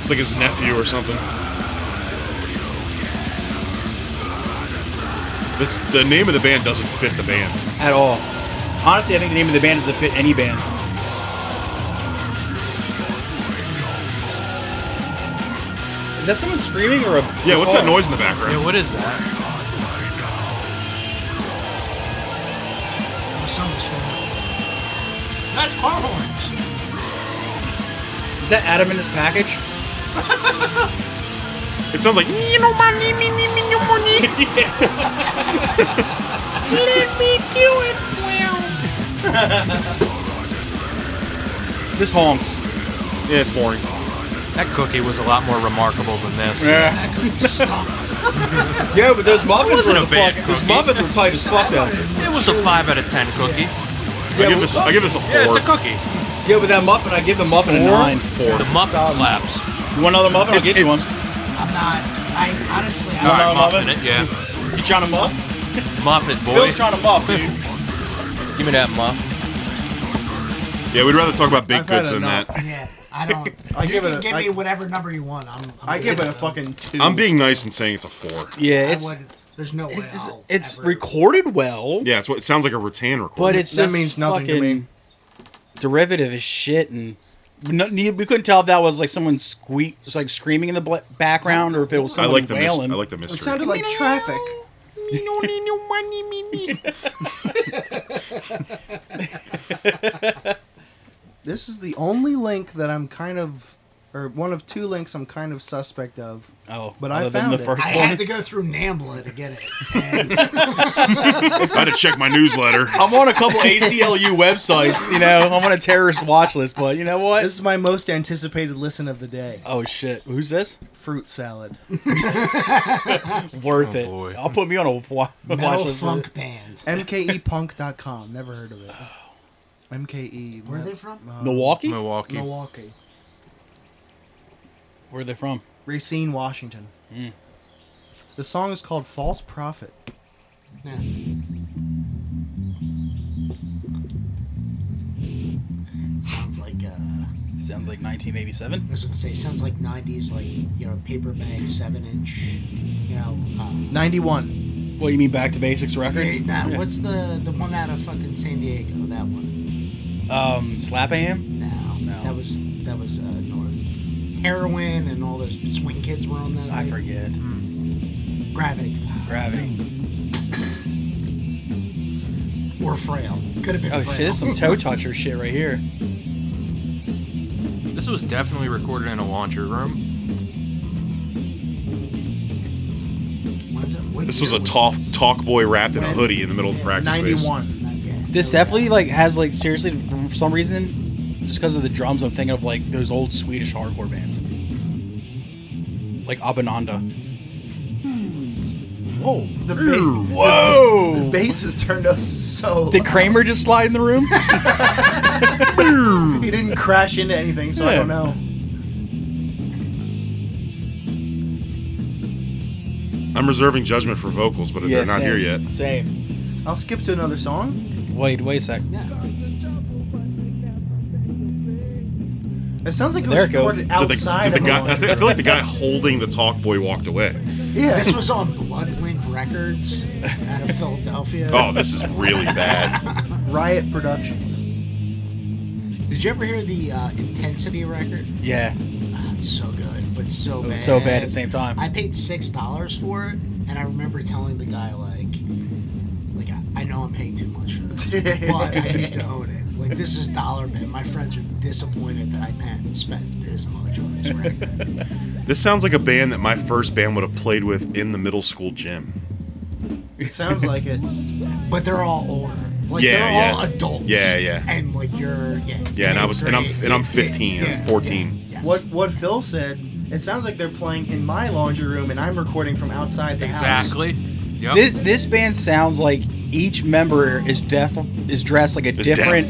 It's like his nephew or something. This the name of the band doesn't fit the band.
at all. Honestly, I think the name of the band doesn't fit any band. Is that someone screaming or a
Yeah, what's that
guitar?
noise in the background?
Yeah, what is that?
There's some that's wrong. That's car horns.
Is that Adam in his package?
It sounds like
This honks.
yeah, it's boring.
That cookie was a lot more remarkable than this.
Yeah, but those Muppets were
wasn't
the
a bad
fuck, those
cookie.
Muppets were tight as fuck though.
It was a five out of ten cookie.
I give this I give this a four.
Yeah, it's a cookie.
Yeah, but that muffin, I give the muffin a nine.
Four.
The muffin slaps.
You want another muffin? I'll
It's,
get you one.
it's,
I'm not. I honestly,
All
I
right,
no,
muffin
muffin.
it. Yeah,
You trying to muff?
muff it, boy.
Bill's trying to muff, dude.
Give me that muff.
yeah, we'd rather talk about baked
I've had
goods than
enough.
that.
don't. Yeah, I don't.
I
you
give
can
it a-
give
I-
me whatever number you want. I'm. I'm
I give
good.
it a fucking two.
I'm being nice and saying it's a four.
Yeah,
I
it's
would, there's no way.
it's
I'll
it's
ever-
recorded well,
Yeah, it's what it sounds like a Rutan recording.
but it's
That
just
means nothing to
fucking
me.
derivative as shit, and no, ne- we couldn't tell if that was like someone squeak, just like screaming in the bla- background, or if it was
I
someone
like the mys- I
wailing.
like the mystery.
It sounded like traffic. This is the only link that I'm kind of, or one of two links I'm kind of suspect of.
oh,
but I
other than
found
the
it.
first
I
one.
had to go through Nambla to get it.
I had to check my newsletter.
I'm on a couple ACLU websites, you know. I'm on a terrorist watch list, but you know what?
This is my most anticipated listen of the day.
oh shit, who's this?
Fruit salad.
Worth it.
boy.
Oh, I'll put me on a wa- watch
Metal
list. for
Funk Band.
E MKEPunk.com. Never heard of it. MKE.
Where are they
uh,
from?
Milwaukee?
Milwaukee.
Milwaukee.
Where are they from?
Racine, Washington. The song is called False Prophet.
Yeah. Sounds like uh, I
Sounds like 1987.
was gonna say sounds like '90s, like you know, paper bag seven inch, you know. Uh,
91.
What you mean, Back to Basics records?
nah, what's the the one out of fucking San Diego? That one?
Um, Slap AM.
No,
No.
that was that was uh, North. Heroin and all those swing kids were on that.
I
right?
forget.
Hmm.
Gravity
Gravity.
or Frail could have been.
Oh
frail.
shit, this is some toe toucher shit right here.
This was definitely recorded in a laundry room.
What's it- what
This
year
was a talk
this?
talk boy wrapped in a hoodie in the middle of the practice space.
91.
Not yet.
This
No,
definitely like has like seriously for some reason, just because of the drums, I'm thinking of like those old Swedish hardcore bands, like Abananda. Whoa!
The, ba-
Whoa!
the bass is turned up so.
Did Kramer just slide in the room?
He didn't crash into anything, so I don't know.
I'm reserving judgment for vocals, but they're not
same,
here yet.
Same.
I'll skip to another song.
Wait, wait a sec.
It sounds like it
There
was
it goes.
recorded
Did the, did
outside
the
of
guy? I,
Milwaukee.
think, I feel like the guy holding the talk boy walked away.
Yeah.
This was on Bloodlink Records out of Philadelphia.
Oh, this is really bad.
Riot Productions.
Did you ever hear the uh, Intensity record?
Yeah.
Ah, it's so good, but so
It
bad.
was so bad at the same time.
I paid six dollars for it, and I remember telling the guy like, like I, I know I'm paying too much for this, but I need to own it. Like this is dollar bin. My friends are disappointed that I pan- spent this much on this record.
This sounds like a band that my first band would have played with in the middle school gym.
It sounds like it.
But they're all older. Like
Yeah,
they're
yeah.
all adults.
Yeah, yeah.
And like you're yeah.
Yeah, and I was and I'm
eighth
and I'm
grade.
15,
Yeah, yeah,
14.
Yeah,
Yes.
What what Phil said, it sounds like they're playing in my laundry room and I'm recording from outside the house.
Exactly.
Oh.
Yep.
This, this band sounds like each member is deaf is dressed like a
deaf.
different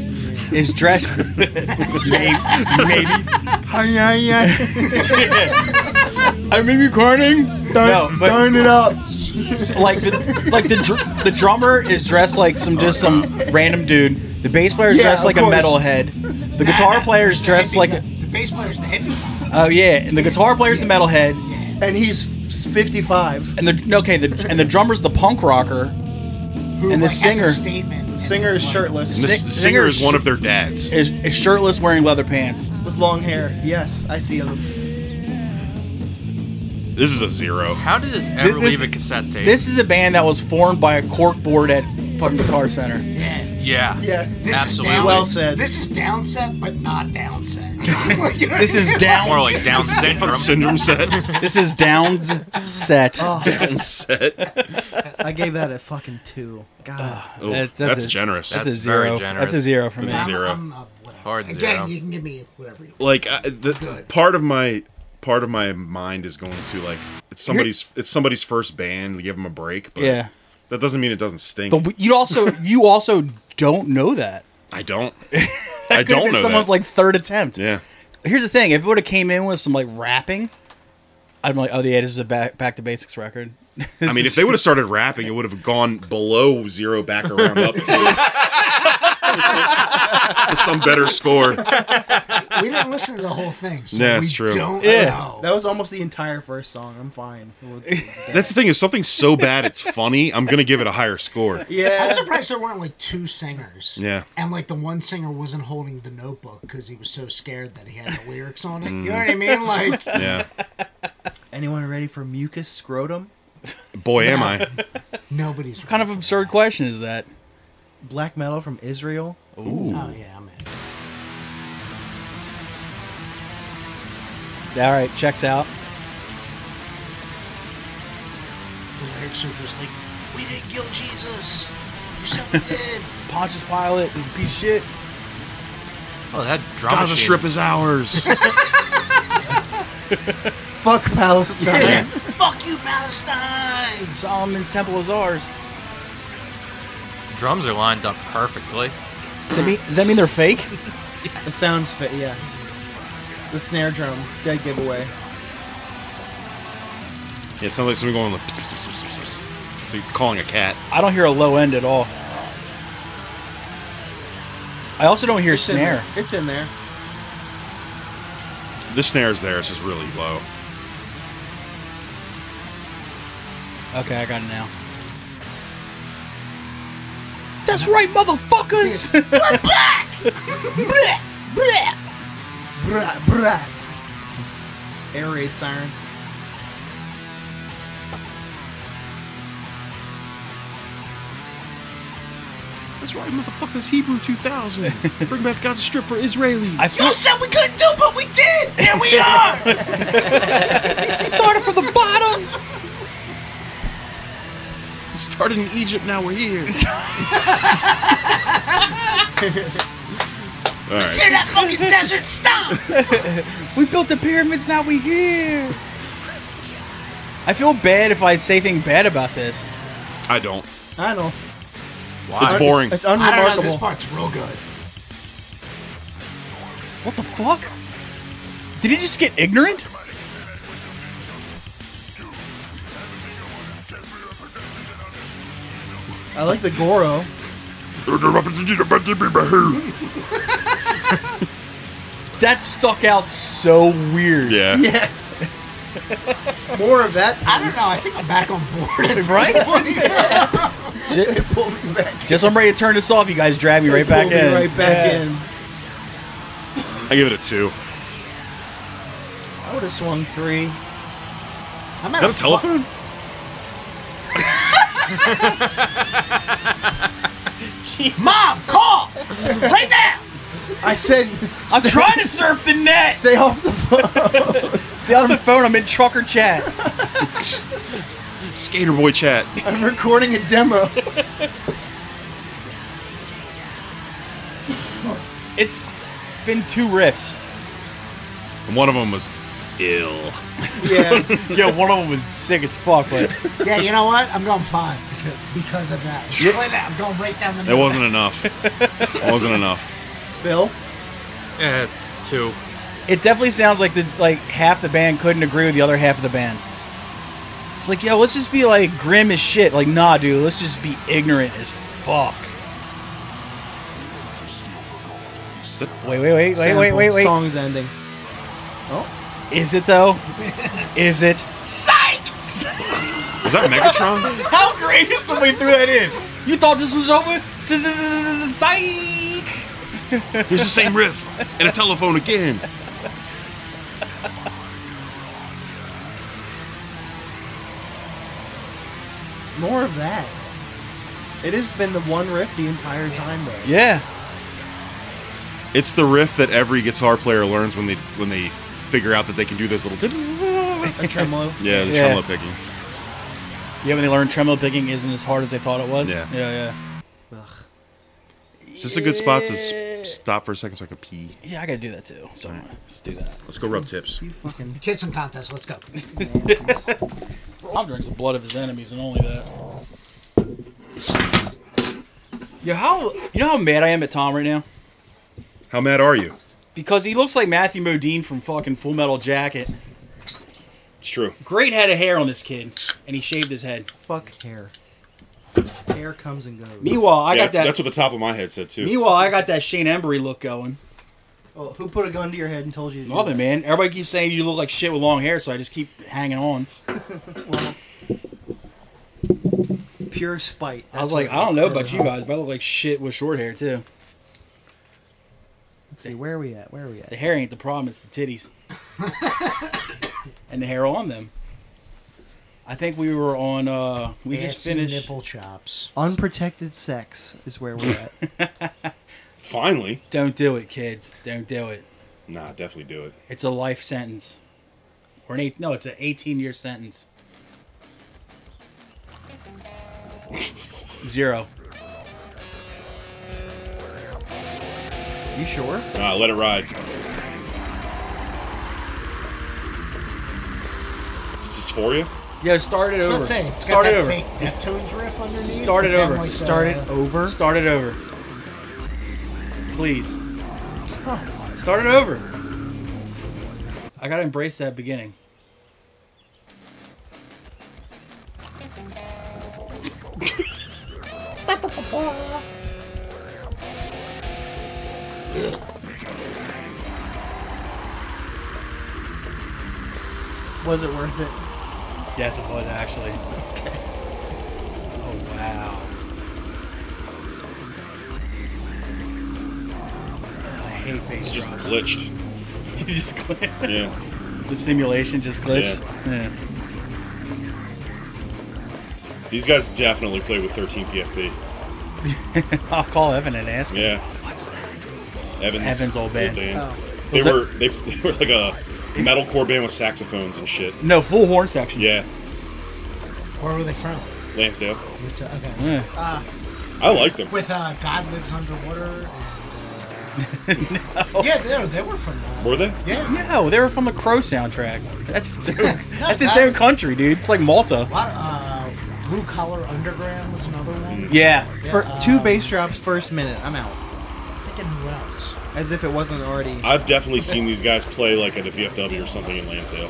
is dressed
Exactly.
I'm incarnating. No, but
Turn it up.
like the, like the dr- the drummer is dressed like some just some random dude. The bass player is
Yeah,
dressed
of
like a
course.
metalhead. The guitar player is dressed like a,
the bass player's the hippie.
oh yeah, and the guitar player's the metalhead.
And he's 55.
And the okay, the and the drummer's the punk rocker.
Who,
And the
like, has a
singer-
statement, and
Singer
it's
is
like-
shirtless
And the
Sing-
s- singer is
singers-
one of their dads.
Is, is shirtless, wearing leather pants.
with long hair. Yes, I see him.
This is a zero.
How did this ever
This-
leave a cassette tape?
This is a band that was formed by a cork board at fucking Guitar Center.
Yeah.
yeah.
Yes.
This
Absolutely.
Is down,
Well said.
This is downset, but not downset.
This is
More
down.
like Down syndrome.
Syndrome set.
This is Downs set.
Oh,
Down set.
I gave that a fucking two. God.
Oh,
That-
that's
that's a-
generous.
That's, a
That's
zero.
very
That's a
generous.
zero for me.
That's a zero.
I'm, I'm, i
Hard
Again,
zero.
you can give me whatever you want.
like I, the, part of my part of my mind is going to like it's somebody's it's somebody's first band. Give them a break. But
Yeah.
That doesn't mean it doesn't stink.
But you also you also don't know that.
I don't. I don't know.
Someone's
that.
like third attempt.
yeah.
Here's the thing: if it would have came in with some like rapping, I'm like, oh yeah, this is a back back to basics record.
I mean, if they would have started rapping, it would have gone below zero back around up to, to some, to some better score.
We didn't listen to the whole thing, so
Yeah,
we
it's true.
don't
Yeah.
know.
That was almost the entire first song. I'm fine.
That's the thing. If something's so bad it's funny, I'm gonna give it a higher score.
yeah.
I'm surprised there weren't like two singers.
Yeah.
And like the one singer wasn't holding the notebook because he was so scared that he had the lyrics on it. You know what I mean? Like,
Yeah.
Anyone ready for mucus scrotum?
Boy, am I.
nobody's.
kind of absurd question is that?
Black metal from Israel.
Oh, yeah, I'm in.
All right, checks out.
The lyrics are just like, we didn't kill Jesus. You said we did.
Pontius Pilate is a piece of shit.
Oh, that drum
Gaza
machine.
Strip is ours.
Fuck Palestine.
Fuck you, Palestine.
Solomon's temple is ours.
Drums are lined up perfectly.
Does that mean, does that mean they're fake?
it sounds fit. Yeah. The snare drum. Dead giveaway.
Yeah, it sounds like somebody going like. "Pss, pss, pss, pss, pss." So he's calling a cat.
I don't hear a low end at all. I also don't hear
It's in
snare.
there. It's in there.
The snare's there. It's just really low.
Okay, I got it now. That's right, motherfuckers! We're back! Bleh, bleh.
Brah, brah. Air raid siren.
That's right, motherfuckers. Hebrew 2000. Bring back Gaza Strip for Israelis.
I feel,
You said we couldn't do, but we did. Here we are.
we started from the bottom!
started in Egypt. Now we're here. All right.
Tear that fucking desert. Stop.
We built the pyramids, now we here! I feel bad if I say anything bad about this.
I don't.
I don't.
It's boring.
It's
I don't know. This
unremarkable.
part's real good.
What the fuck? Did he just get ignorant?
I like the Goro.
That stuck out so weird.
yeah.
Yeah. More of that.
I don't know. I think I'm back on board.
Right?
It pulled me back.
Just I'm ready to turn this off, you guys drag me right back
Pulled me
in.
Right back
Yeah.
in.
I give it a two.
I would have swung three.
I'm
Is
at
that a telephone?
Mom, call right now.
I said,
I'm trying to surf the net!
stay off the phone.
Stay off the phone, I'm in trucker chat.
Skater boy chat.
I'm recording a demo.
It's been two riffs.
And one of them was ill.
Yeah.
yeah, one of them was sick as fuck, but
Yeah, you know what? I'm going five because, because of that. Really, I'm going right down the
It
middle.
wasn't enough. It wasn't enough.
Bill?
Yeah, it's two.
it definitely sounds like the like half the band couldn't agree with the other half of the band. It's like, yo, let's just be like grim as shit. Like, nah, dude, let's just be ignorant as fuck.
it-
Wait, wait, wait, wait, wait, wait, wait.
Song's ending.
Is it though? Is it? Psych!
Was that Megatron?
How great is somebody threw that in? You thought this was over? Psych!
Here's the same riff and a telephone again.
More of that. It has been the one riff the entire time, though.
Yeah.
It's the riff that every guitar player learns when they when they figure out that they can do this little.
A tremolo.
Yeah, the
Yeah.
tremolo picking.
Yeah, when they learned tremolo picking isn't as hard as they thought it was.
Yeah.
Yeah, yeah.
Is this a good spot to s- stop for a second so I can pee?
Yeah, I gotta do that too. So let's do that.
Let's go rub tips.
You fucking.
Kissing contest. Let's go.
I'll drink the blood of his enemies and only that. Yo, how you know how mad I am at Tom right now?
How mad are you?
Because he looks like Matthew Modine from fucking Full Metal Jacket.
It's true.
Great head of hair on this kid, and he shaved his head.
Fuck hair. Hair comes and goes.
Meanwhile, I got
that's,
that.
that's what the top of my head said too.
meanwhile, I got that Shane Embury look going.
Well, Oh, who put a gun to your head and told you? To do
Nothing, man. Everybody keeps saying you look like shit with long hair, so I just keep hanging on.
that? Pure spite.
I was like, I don't know about you guys, but I look like shit with short hair too.
Let's see, where are we at? Where are we
The
at?
hair ain't the problem; it's the titties and the hair on them. I think we were on. uh We just
Fancy
finished.
nipple chops.
Unprotected sex is where we're at.
Finally,
Don't do it, kids. Don't do it.
nah, definitely do it.
It's a life sentence, or an eight. No, it's an eighteen-year sentence. Zero.
you sure?
Nah, let it ride. Is it dysphoria?
Yo, start it
I
over.
was about to say, it's
start
got
it
that
over.
fake Deftones riff underneath.
Start it
but then,
over.
Like uh,
Start it
the,
over.
Start it over. Please. Start it over. I gotta embrace that beginning.
Was it worth it?
Yes, it was actually. Oh, wow. I hate bass
It's just
drops.
glitched.
You just glitched.
Yeah.
The simulation just glitched. Yeah.
These guys definitely play with 13 PFP.
I'll call Evan and ask him.
Yeah. Evans.
Evan's old band.
Oh.
They
Was that-
were they, they were like a metalcore band with saxophones and shit.
No, full horn section.
Yeah,
Where were they from?
Lansdale.
It's, uh, okay.
Yeah.
I liked them.
With uh, God Lives Underwater. And, uh, Yeah, they were, they were from that.
Were they?
Yeah.
No, Oh, they were from the Crow soundtrack. That's its own, that's its
that-
own country, dude. It's like Malta.
A lot of, uh, Blue Collar Underground was another one.
Yeah.
For two
uh,
bass drops first minute, I'm out.
Thinking who else?
As if it wasn't already.
I've definitely seen these guys play like at a VFW or something in Lansdale.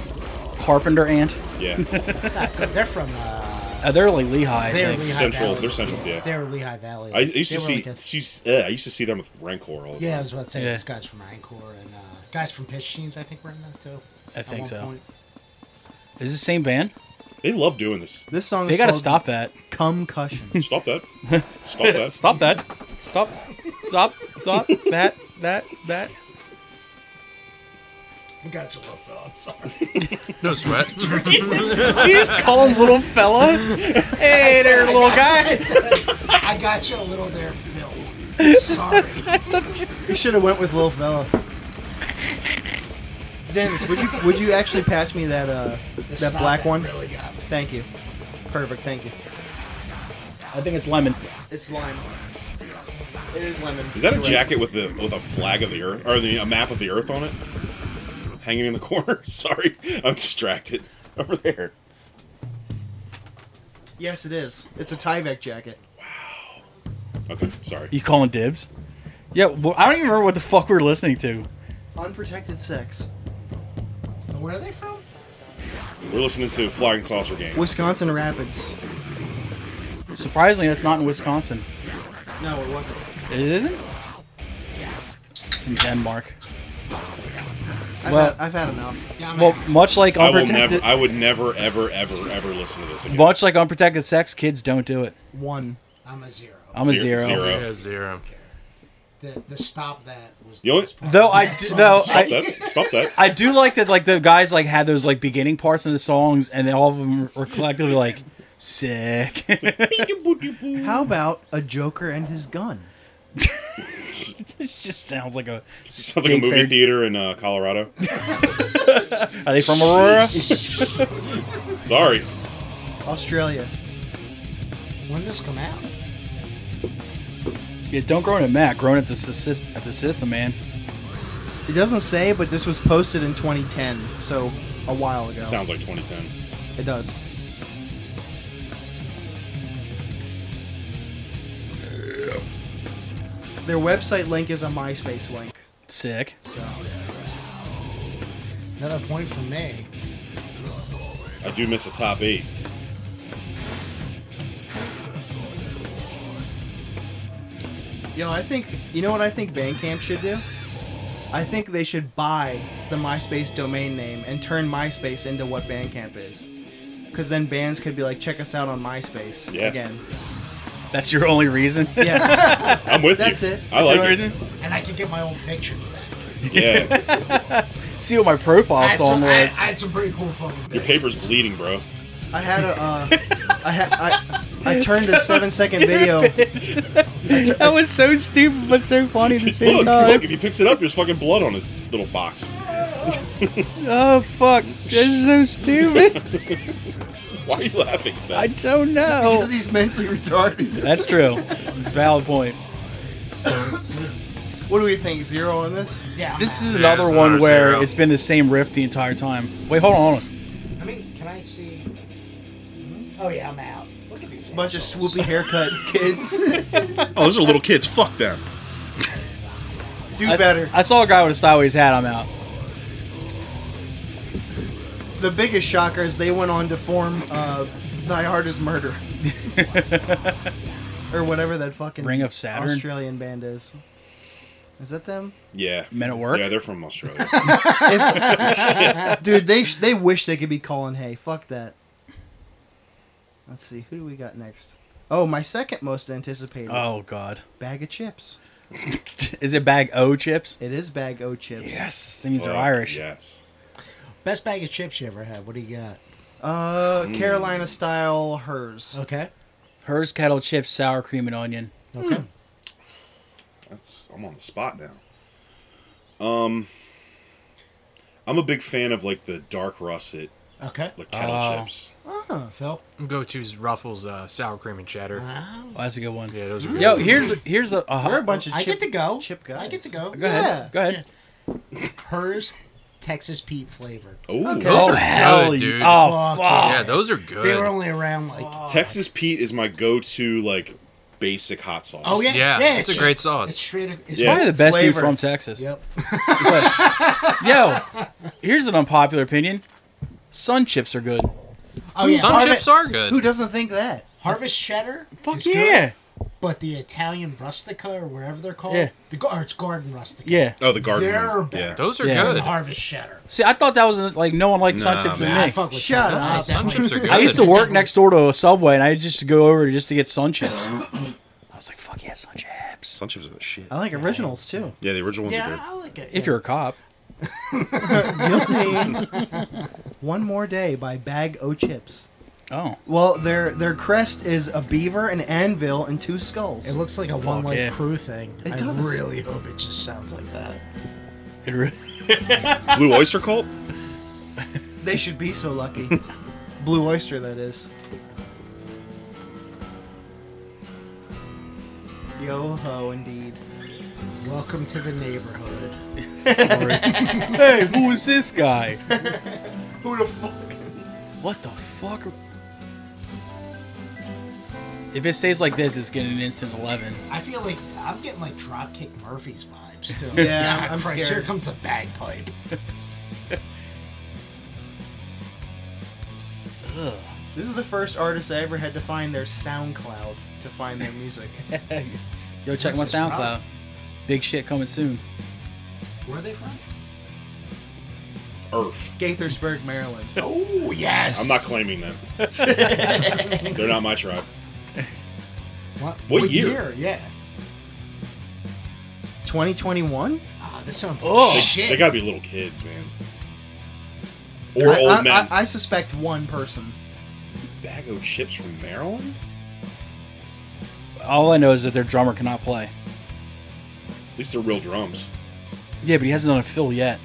Carpenter Ant.
Yeah,
Nah, they're from. Uh,
Uh, they're like Lehigh. I
They're
think.
Lehigh
central.
Valley.
They're central. Yeah.
they were Lehigh Valley.
I used to
They were
see.
like a-
see- uh, I used to see them with Rancor all the
yeah, I
time.
was about to say
Yeah.
these guys from Rancor and uh, guys from Pitch Jeans. I think were in that too.
I
at
think
one
so. Is this the same band?
They love doing this.
This song
They
is
gotta
called
stop that.
Cumcussion.
Stop that. Stop that.
Stop that. Stop. Stop. Stop. that. That. That.
We got you, little fella. I'm sorry.
No sweat.
You just call him little fella. Hey there, little guy.
I got you a little there, Phil. Sorry.
you should have went with Lil Fella. Dennis, would you would you actually pass me that uh
The
that
snot
black
that
one?
Really got me.
Thank you. Perfect. Thank you.
I think it's Lemon.
It's lime. It is lemon.
Is that a
You're right.
jacket with the with a flag of the earth or the, a map of the earth on it? hanging in the corner. Sorry, I'm distracted. Over there.
Yes, it is. It's a Tyvek jacket.
Okay, sorry.
You calling dibs? Yeah, well, I don't even remember what the fuck we were listening to.
Unprotected sex.
Where are they from?
We're listening to Flying Saucer Gang.
Wisconsin Rapids.
Surprisingly, that's not in Wisconsin.
No, it wasn't.
It isn't? It's in Denmark.
I've,
Well-
had, I've had enough.
Yeah, I'm
Well,
out.
much like
I will never.
unprotected,
I would never, ever, ever, ever listen to this again.
much like unprotected sex, kids don't do it.
One.
I'm a zero.
I'm a
Zero-
zero.
zero.
Yeah, zero.
The, the stop that was
You
the
know-
best part.
Though I, d- though
Stop
I,
that! Stop that!
I do like that. Like the guys like had those like beginning parts in the songs, and then all of them were collectively like sick.
How about a Joker and his gun?
this just sounds like a
Sounds like a
state fair-
movie theater in uh, Colorado.
Are they from Aurora?
Sorry.
Australia.
When did this come out?
yeah, don't groan at Matt. Groan at the sys- at the system, man.
It doesn't say, but this was posted in 2010, so a while ago.
Sounds like 2010.
It does. Their website link is a MySpace link.
Sick.
So another point for me.
I do miss a top eight.
Yo, I think you know what I think Bandcamp should do? I think they should buy the MySpace domain name and turn MySpace into what Bandcamp is. Cause then bands could be like, check us out on MySpace
Yeah.
again.
That's your only reason.
Yes.
I'm with
That's
you.
it.
I
That's
like
your
it.
reason?
And I could get my old pictures back.
Yeah,
See what my
I
profile
had,
song
some, I, I
was.
had some pretty cool fucking
your
pictures.
paper's bleeding, bro.
I had a uh, I had I, I turned a seven second video.
that was so stupid, but so funny at the same
Look,
time.
look! If he picks it up, there's fucking blood on his little box.
Oh fuck! This is so stupid.
Why are you laughing at that?
I don't know.
Because he's mentally retarded.
That's true. It's a valid point.
What do we think? Zero on this?
Yeah. I'm
This
out.
is
Yeah,
another
it's
one
another
where
zero.
it's been the same riff the entire time. Wait, hold on, hold on.
I mean, can I see? Oh yeah, I'm out. Look at these.
Bunch of
assholes.
swoopy haircut kids.
Oh, those are little kids. Fuck them.
Do
I,
better.
I saw a guy with a sideways hat. I'm out.
The biggest shocker is they went on to form uh, Thy Heart Is Murder. or whatever that fucking
Ring of Saturn?
Australian band is. Is that them?
Yeah.
Men at work.
Yeah, they're from Australia.
Dude, they sh- they wish they could be Colin Hay. Fuck that. Let's see, who do we got next? Oh, my second most anticipated
oh god.
bag of chips.
Is it bag O chips?
It is bag o chips.
Yes. That means they're
Fuck,
Irish.
Yes.
Best bag of chips you ever had. What do you got?
Uh, Carolina style
Oh.
hers.
Okay.
Hers kettle chips, sour cream and onion.
Okay.
That's I'm on the spot now. Um I'm a big fan of like the dark russet,
Okay.
like kettle
Ah.
chips.
Phil.
Go to's Ruffles uh, sour cream and cheddar.
Oh, that's a good one.
Yeah, those are.
Yo, here's here's a. a
We're a bunch of
I
chip-
get to go.
Chip guys.
I get to go.
Go ahead.
Yeah.
Go ahead.
Hers, Texas Pete flavor.
Oh,
Those
Oh
are
hell,
good,
ye-
dude.
oh
Fuck
fuck.
Yeah, those are good.
They were only around like.
Texas Pete is my go-to like basic hot sauce.
Oh yeah.
Yeah, it's a
just-
great sauce.
It's straight. It's
Yeah.
Probably the best dude
Flavor.
from Texas.
Yep.
Yo, here's an unpopular opinion. Sun chips are good.
Oh yeah.
Some
Harve-
chips are good.
Who doesn't think that?
Harvest cheddar.
Fuck
is
yeah.
Good, but the Italian rustica or wherever they're called.
Yeah.
The gar- or it's garden rustica.
Yeah.
Oh, the garden.
They're
ones.
better.
Yeah.
those are
Yeah.
And
good.
harvest cheddar.
See, I thought that was like no one liked sun
Nah,
chips
man.
I
with me.
fuck with
Shut
cheddar.
up.
I
Sun
definitely-
chips are good.
I used to work next door to a Subway, and I used to go over just to get sun chips. I was like, "Fuck yeah, sun chips!"
Sun chips are the shit.
I like originals too.
Yeah, the original ones
Yeah,
are
I like it.
If you're a cop,
Guilty. One More Day by Bag O Chips.
oh,
Well, their their crest is a beaver, an anvil, and two skulls.
It looks like a one life
yeah.
crew thing.
It
I
does.
really hope it just sounds like that.
it re-
good. Blue oyster cult.
they should be so lucky. Blue oyster, that is. Yo ho, indeed.
Welcome to the neighborhood.
hey, who is this guy?
Who the fuck?
What the fuck? are- If it stays like this, it's getting an instant 11.
I feel like I'm getting like Dropkick Murphys vibes too.
Yeah,
God
I'm
Christ,
scared.
Here comes the bagpipe.
This is the first artist I ever had to find their SoundCloud to find their music.
Yo, check my
What's his
SoundCloud.
problem?
Big shit coming soon.
Where are they from?
Earth.
Gaithersburg, Maryland.
Oh yes.
I'm not claiming them. They're not my tribe.
What,
What year?
Yeah.
2021?
Ah, this sounds like
Oh.
shit.
They gotta be little kids, man. Or
I,
old
I-
men.
I, I suspect one person.
Bag of chips from Maryland?
All I know is that their drummer cannot play.
At least they're real drums.
Yeah, but he hasn't done a fill yet.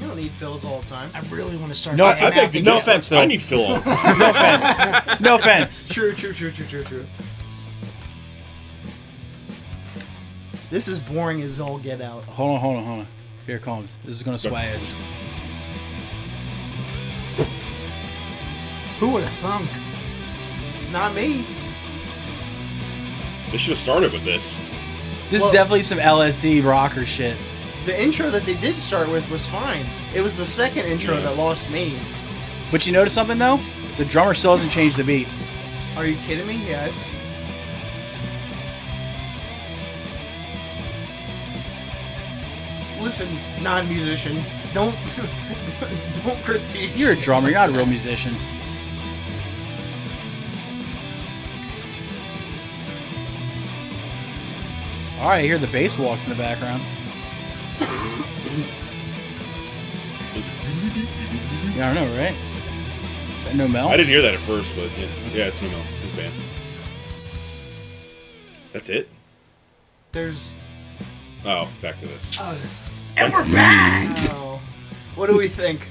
You don't need fills all the time.
I really want to start.
No,
getting
I
I
think-
beg
out the
to- no
ghetto.
offense, Phil. I need Phil all the time.
No offense. no offense.
True, true, true, true, true, true. This is boring as all get out.
Hold on, hold on, hold on. Here it comes. This is gonna sway us.
Who would have thunk?
Not me.
They should have started with this.
This
Well-
is definitely some LSD rocker shit.
The intro that they did start with was fine. It was the second intro that lost me.
But you notice something though? The drummer still hasn't changed the beat.
Are you kidding me? Yes. Listen, non-musician, don't don't critique.
You're a drummer. You're not a real musician. All right, I hear the bass walks in the background.
Is it-
Yeah, I don't know, right? Is that no Mel?
I didn't hear that at first, but yeah, yeah it's Numel. It's his band. That's it?
There's.
Oh, back to this.
Oh, what do we think?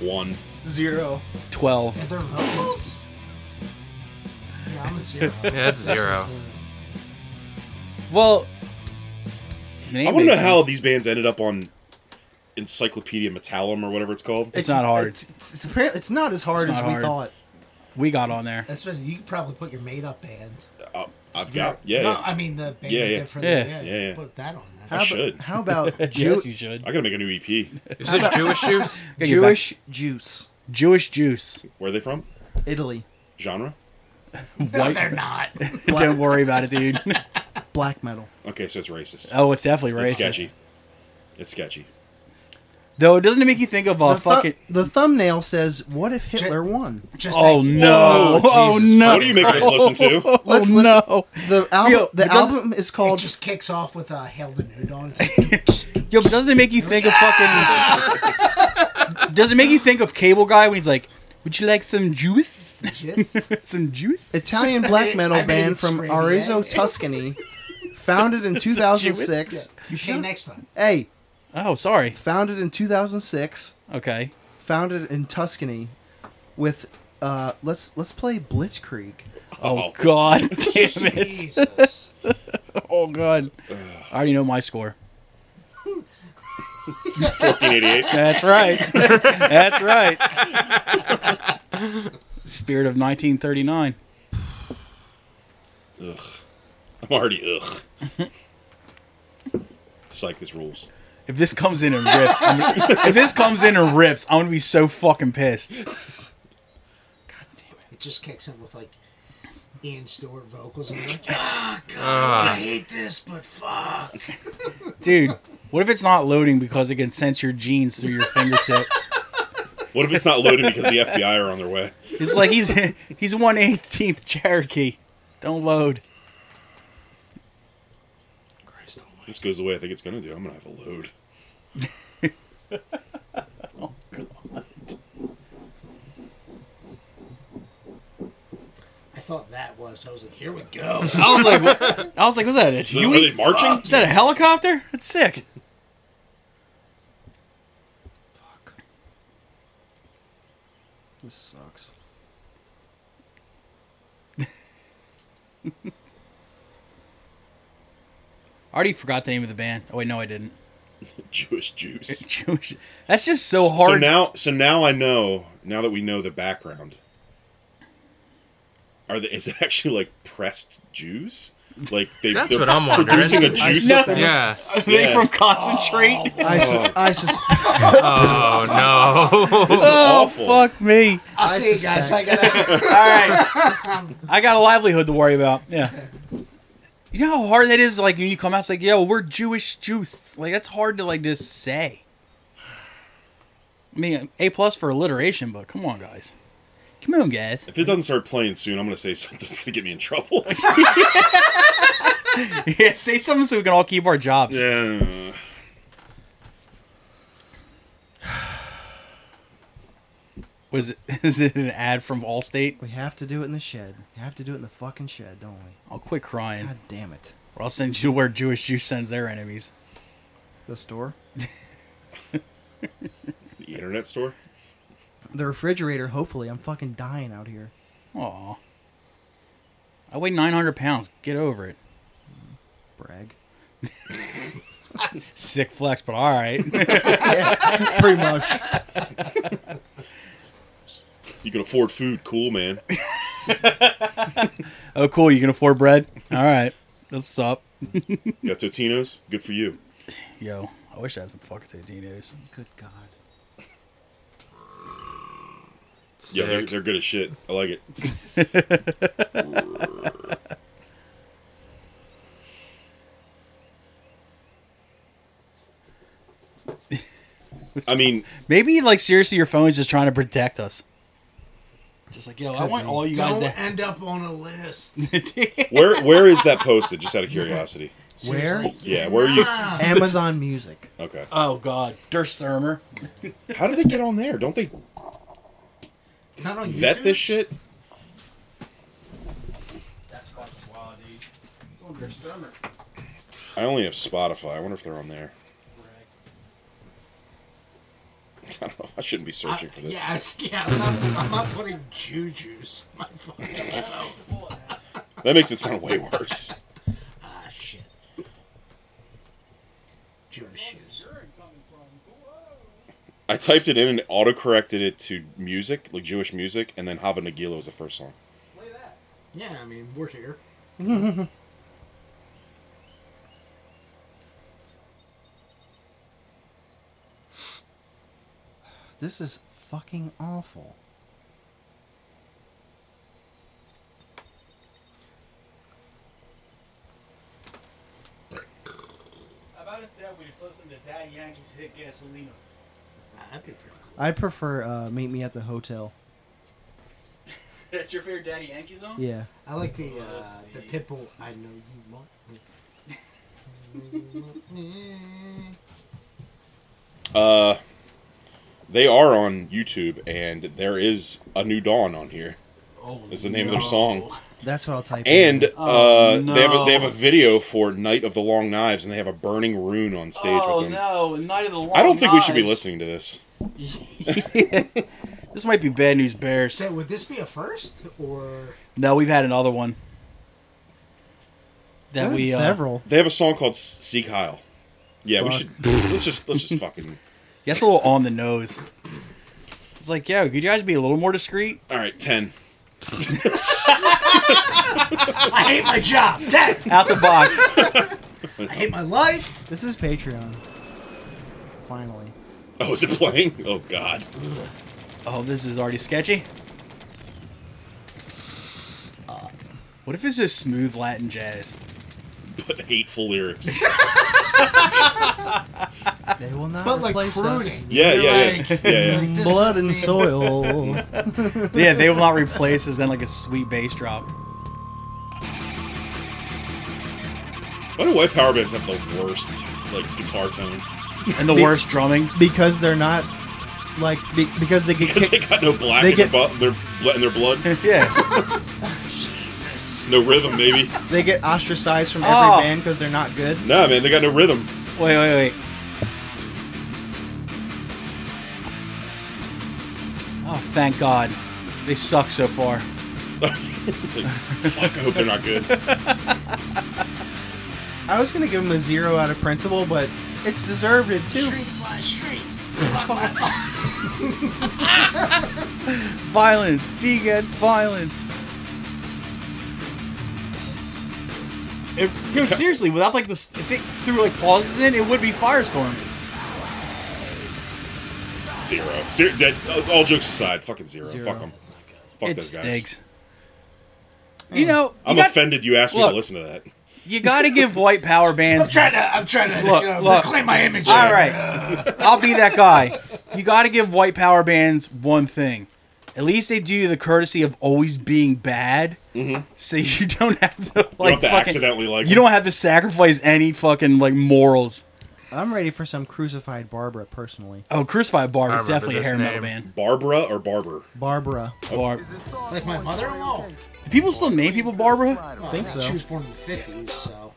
One.
Zero.
Twelve.
Are there vocals? Yeah, I'm a zero.
Yeah, it's zero.
Well,
I want to know how these bands ended up on Encyclopedia Metallum or whatever it's called.
It's not hard.
It's, it's, it's apparently it's not as hard
It's
as
not
we
hard.
thought.
we got on there.
That's what you could probably put your made-up band.
Uh, I've got yeah.
No,
yeah.
I mean the band.
Yeah,
you
yeah.
did For the,
Yeah.
yeah,
Yeah, yeah.
Put that on
How
there.
I
abo-
should.
How about Jew-
yes, you should.
I gotta make a new E EP.
Is this Jewish juice?
Gotta get back-
Jewish juice?
Jewish juice.
Where are they from?
Italy,
Genre?
No, they're not.
Don't worry about it, dude.
black metal.
Okay, so it's racist.
oh, it's definitely
It's
racist.
sketchy. It's sketchy.
Though, doesn't Oh, it make you think of a
the, thu-
fucking?
the thumbnail says, "What if Hitler won?"
Just
Oh
like,
no! Oh,
Jesus
no!
What are you making us listen to?
Oh
Let's listen-
no!
The album,
Yo,
the
it doesn't-
album is
It
called
just kicks off with uh, "Hail the New Dawn." It's like,
Yo, but doesn't it make you think of fucking? Does it make you think of Cable Guy when he's like, "Would you like some juice?
Yes.
some juice?"
Italian black metal
I made
band
it
from
screamy,
Arezzo,
yeah.
Tuscany, founded in 2006.
hey,
You should.
next time.
hey,
Oh, sorry.
founded in 2006,
Okay.
founded in Tuscany, with uh, let's let's play Blitzkrieg.
Oh
Oh.
God, damn it!
Jesus.
Oh God, I already know my score.
1488.
That's right. That's right. Spirit of 1939.
Ugh. I'm already ugh. Psych, this rules.
If this comes in and rips, I'm gonna- if this comes in and rips, I'm gonna be so fucking pissed.
It just kicks in with like Ian Stewart vocals, and you're like, I
Ah.
hate this, but fuck.
Dude, what if it's not loading because it can sense your genes through your fingertip?
What if it's not loading because the FBI are on their way?
It's like he's he's one eighteenth Cherokee. Don't load.
This goes the way I think it's gonna do. I'm gonna have a load.
I thought that was. I was like, here we go.
I was like, what- I was like, was that a
Are they
Huey?
marching?
Is that a helicopter? That's sick.
This sucks.
I already forgot the name of the band. Oh wait, no, I didn't.
Jewish juice.
Jewish. That's just so hard.
So now, so now I know. Now that we know the background, are the is it actually like pressed juice? Like they,
That's
they're
what I'm wondering.
producing a juice.
No.
effect?
Yeah.
They
Yes.
from concentrate.
I, sus- I, sus-
Oh no.
This is
oh
awful.
fuck me!
I'll see you guys. I gotta.
All right, I got a livelihood to worry about. Yeah. You know how hard that is. Like when you come out, it's like, yo, we're Jewish juice. Like that's hard to like just say. I mean, a plus for alliteration, but come on, guys. Come on, guys.
If it doesn't start playing soon, I'm gonna say something that's gonna get me in trouble.
yeah, say something so we can all keep our jobs.
yeah.
Was it? Is it an ad from Allstate?
we have to do it in the shed. We have to do it in the fucking shed, don't we?
I'll Oh, quit crying,
God damn it.
or I'll send you where Jewish juice sends their enemies.
The store?
The internet store.
The refrigerator, hopefully. I'm fucking dying out here.
Aw. I weigh 900 pounds. Get over it.
Brag.
Sick flex, but all right.
Pretty much.
You can afford food. Cool, man.
oh, cool. You can afford bread? All right. That's what's up.
You got Totino's. Good for you.
Yo, I wish I had some fucking Totino's.
Good God.
Yeah, they're, they're good as shit. I like it. I mean,
Maybe, like, seriously, your phone is just trying to protect us. Just like, yo, I want all you guys
Don't
to.
end up on a list.
where where is that posted? Just out of curiosity.
Where?
Yeah, where are you?
Amazon Music.
Okay.
Oh, God. Der Sturmer.
How do they get on there? Don't they
It's not on YouTube.
vet this shit?
That's fucking wild, dude. It's on Der Sturmer.
I only have Spotify. I wonder if they're on there. I don't know. I shouldn't be
I-
searching for this.
yeah, I s- yeah. I'm not, I'm not putting juju's. in My fucking phone.
That makes it sound way worse.
Ah, shit. Jewish shoes.
I typed it in and auto corrected it to music, like Jewish music, and then Hava Nagila was the first song.
Yeah, I mean, we're here.
This is fucking awful.
How about instead we just listen to Daddy Yankee's hit Gasolina?
Nah, that'd be pretty cool.
I prefer uh, Meet Me at the Hotel.
That's your favorite Daddy Yankee song?
Yeah.
I like the uh, the pitbull. I know you want me. You want me.
Uh, they are on YouTube, and there is a new dawn on here.
Oh,
Is the name of their song,
That's what I'll type in.
and uh,
Oh,
they have a, they have
no.
a video for Night of the Long Knives, and they have a burning rune on stage
Oh
with them.
no, Night of the Long
I don't think we should be
Knives.
listening to this.
This might be bad news bears.
So would this be a first or
No, we've had another one. That
There's
we uh,
several.
They have a song called S- "Seek Heil." Yeah, we
Fuck.
should let's just let's just fucking.
Yeah, it's a little on the nose. It's like, yo, could you guys be a little more discreet?
All right, ten.
I hate my job? Dad,
Out the box.
I hate my life.
This is Patreon. Finally.
Oh, is it playing? Oh God.
oh, this is already sketchy. Uh, What if it's just smooth Latin jazz?
But hateful lyrics.
They will not
But like
replace us.
crooning.
Yeah,
You're
yeah,
like-
yeah, yeah, yeah.
like, this
Blood and
would be-
soil.
yeah, they will not replace us. Then like a sweet bass drop.
Why do white power bands have the worst like guitar tone?
And the
Be-
worst drumming.
because they're not like be- because they get
Because they
kicked.
got no black
They
in,
get-
their bu- their bl- in their blood,
Yeah.
no rhythm, maybe.
They get ostracized from every
Oh.
band because they're not good.
Nah, man, they got no rhythm.
Wait, wait, wait. Oh, thank God. They suck so far.
it's like, fuck, I hope they're not good.
I was gonna give him a zero out of principle, but it's deserved it too.
Street by street.
Violence begets violence. If, dude, seriously, without like the st- if it threw like pauses in, it would be firestorm.
Zero. Ser- that, all jokes aside, fucking zero. Fuck them. Fuck
it
those guys.
stinks. You know, you
I'm
got-
offended you asked me
Look.
to listen to that.
You got to give white power bands
I'm trying to. I'm trying to
Look,
you know,
look.
reclaim my image.
All
here.
right, I'll be that guy. You got to give white power bands one thing. At least they do you the courtesy of always being bad, so you don't have to like
have
fucking-
to accidentally like
You
them.
don't have to sacrifice any fucking like morals.
I'm ready for some crucified Barbara personally.
Oh, Crucified Barb
I
is
remember
definitely a
this
hair metal
name.
band.
Barbara or Barber?
Barbara.
Oh.
Barb.
Like my mother-in-law.
Do people still name people Barbara?
Well,
Think so.
She was born in the fifties, so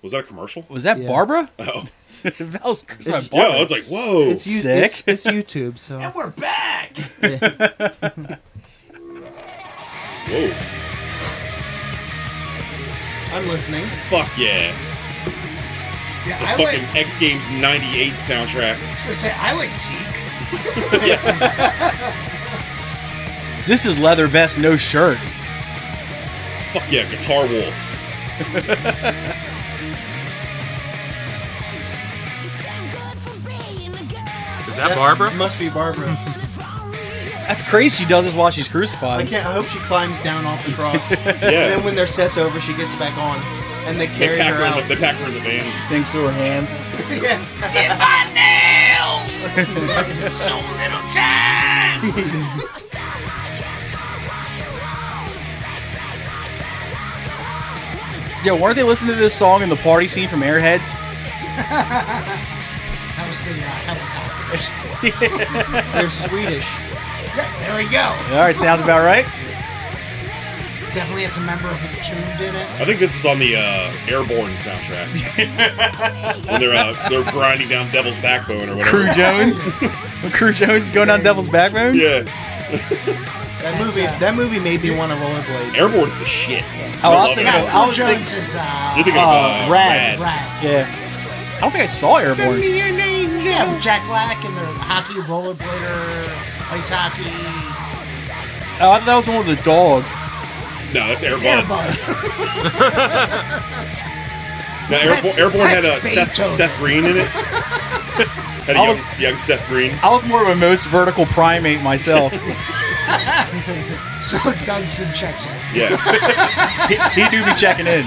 Was that a commercial?
Was that
Yeah.
Barbara?
Oh.
that was Crucified
Yeah,
Barb.
I was like, whoa.
It's, you-
Sick.
it's, it's YouTube, so
and we're back.
whoa.
I'm listening.
Fuck yeah.
Yeah,
It's a
I
fucking
like.
X Games 98 soundtrack.
I was gonna say I like Zeke.
This is leather vest, no shirt.
Fuck yeah, Guitar Wolf.
Is that Barbara?
Must be Barbara.
That's crazy. She does this while she's
I
crucified.
can't. I hope she climbs down off the cross. And
Yeah.
then when their set's over, she gets back on, and they
They
carry
pack,
her
her in
out.
the, they pack her in the van.
She stinks to her hands.
Did my nails. so little time.
Yo, weren't they listening to this song in the party scene from Airheads?
That was the uh, helicopters.
They're Swedish.
Yeah, there we go.
All right, sounds about right.
Definitely has a member of his tune did it.
I think this is on the uh, Airborne soundtrack. when they're uh, they're grinding down Devil's Backbone or
Crew
whatever.
Jones. When Crew Jones is going down Devil's Backbone.
Yeah,
That movie.
uh,
That movie made me want to rollerblade.
Airborne's the shit.
Oh,
I
I'll
love
say
it.
that. I
Now, Phil
was
Jones is uh,
You're thinking
Uh,
of uh,
Rad.
Rad.
Brad.
Yeah. I don't think I saw Airborne.
Yeah, with Jack Black and the hockey rollerblader, ice hockey.
Oh, I thought that was one with the dog.
No, that's Airborne.
Airbud.
Now, Airborne,
That's-
Airborne had uh,
that's
Seth,
Beethoven.
Seth Green in it. had a
I
young,
was-
young Seth Green.
I was more of a most vertical primate myself.
So Dunson checks in.
Yeah.
he, he do be checking in.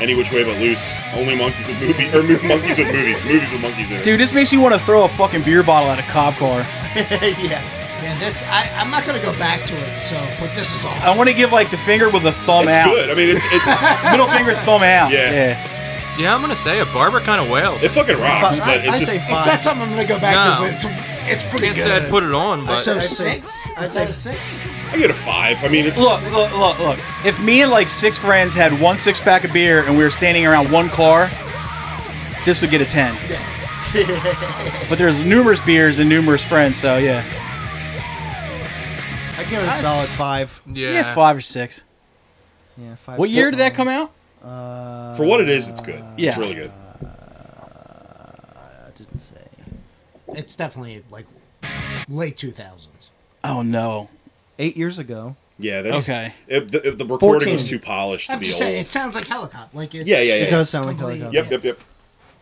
Any which way but loose. Only monkeys with movies. Or mo- monkeys with movies. Movies with monkeys in it.
Dude, this makes me want to throw a fucking beer bottle at a cop car.
Yeah, this I, I'm not gonna go back to it. So, but this is awesome.
Oh,
I want to give like the finger with the thumb
It's
out,
good. I mean, it's it,
middle finger, thumb out.
Yeah.
Yeah, I'm gonna say it. Barbara kind of wails.
it fucking rocks, but
I
it's
say
just
five.
it's not something I'm gonna go back
No.
to, but it's, it's pretty
Can't
good.
say I'd put it on, but
so
say-
six?
I
Is
say-
that a six?
I get a five. I mean, it's
Look, look, look, look. If me and like six friends had one six pack of beer and we were standing around one car, this would get a ten. but there's numerous beers and numerous friends, so yeah,
I give it a solid five.
yeah,
yeah.
five or six.
Yeah, five.
What year did that come out?
Uh,
for what it is. It's good.
Yeah.
It's really good.
I didn't say.
It's definitely like late 2000s.
Oh no.
Eight years ago.
Yeah. That's
Okay.
If the, if the recording
14.
was too polished to
I'm
be
just
old.
saying, it sounds like helicopter. Like it's,
yeah, yeah, yeah.
It does
yeah.
sound like
completely-
helicopter.
Yep, yep, yep.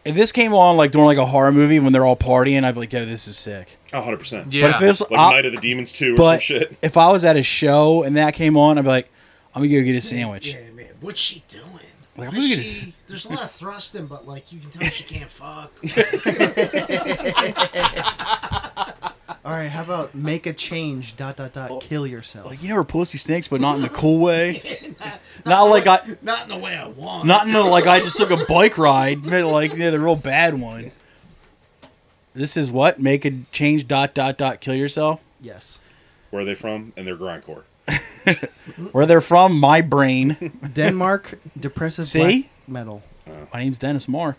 If this came on like during like a horror movie when they're all partying, I'd be like, yo, this is sick.
Oh, 100%.
Yeah.
But if it's
Like
Uh,
I-
Night of the Demons 2 or some
but
shit.
if I was at a show and that came on, I'd be like, I'm gonna go get a sandwich.
Yeah, man. What's she doing?
Like,
Like,
I'm looking at
she, there's a lot of thrusting, but like you can tell she can't fuck.
All right. How about make a change? Dot dot dot. Kill yourself.
Like you know her pussy stinks, but not in the cool way. not like I
Not in the way I want.
Not in the like I just took a bike ride, but, like yeah, the real bad one. This is what make a change. Dot dot dot. Kill yourself.
yes.
Where are they from? And they're grindcore.
Where they're from, my brain.
Denmark depressive
See?
black metal.
My name's Dennis Mark.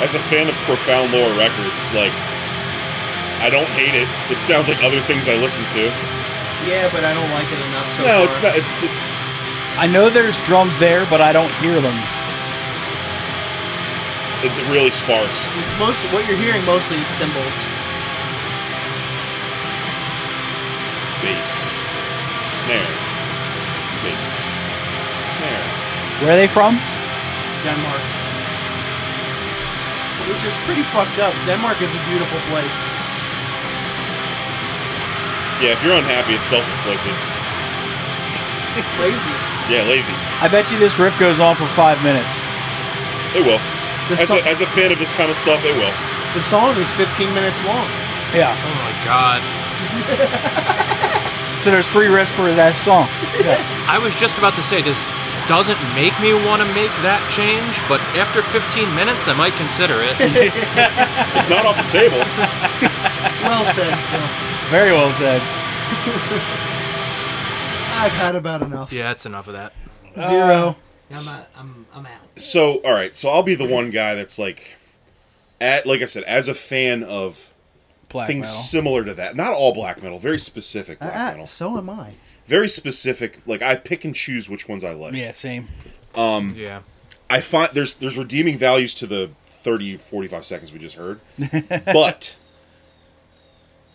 As a fan of Profound Lore Records, like I don't hate it. It sounds like other things I listen to.
Yeah, but I don't like it enough. So
No,
far.
it's not. It's it's.
I know there's drums there, but I don't hear them.
It, it really sparse.
It's most what you're hearing mostly is cymbals.
Bass, snare, bass, snare.
Where are they from?
Denmark, which is pretty fucked up. Denmark is a beautiful place.
Yeah, if you're unhappy, it's self-inflicted.
Lazy.
Yeah, lazy.
I bet you this riff goes on for five minutes.
It will.
The,
As
so-
a, as a fan of this kind of stuff, it will.
the song is 15 minutes long.
Yeah.
Oh my god.
So there's three riffs for that song. Yes.
I was just about to say this doesn't make me want to make that change, but after 15 minutes, I might consider it.
It's not off the table.
Well said. Phil.
Very well said.
I've had about enough.
yeah, that's enough of that.
Zero.
I'm, uh, I'm, I'm out.
so all right so i'll be the one guy that's like at like i said as a fan of
Black
things
metal. Uh,
similar to that not all black metal very specific black
Ah,
metal
so am I.
very specific like i pick and choose which ones i like
Yeah, same.
Yeah.
i find there's there's redeeming values to the 30 45 seconds we just heard but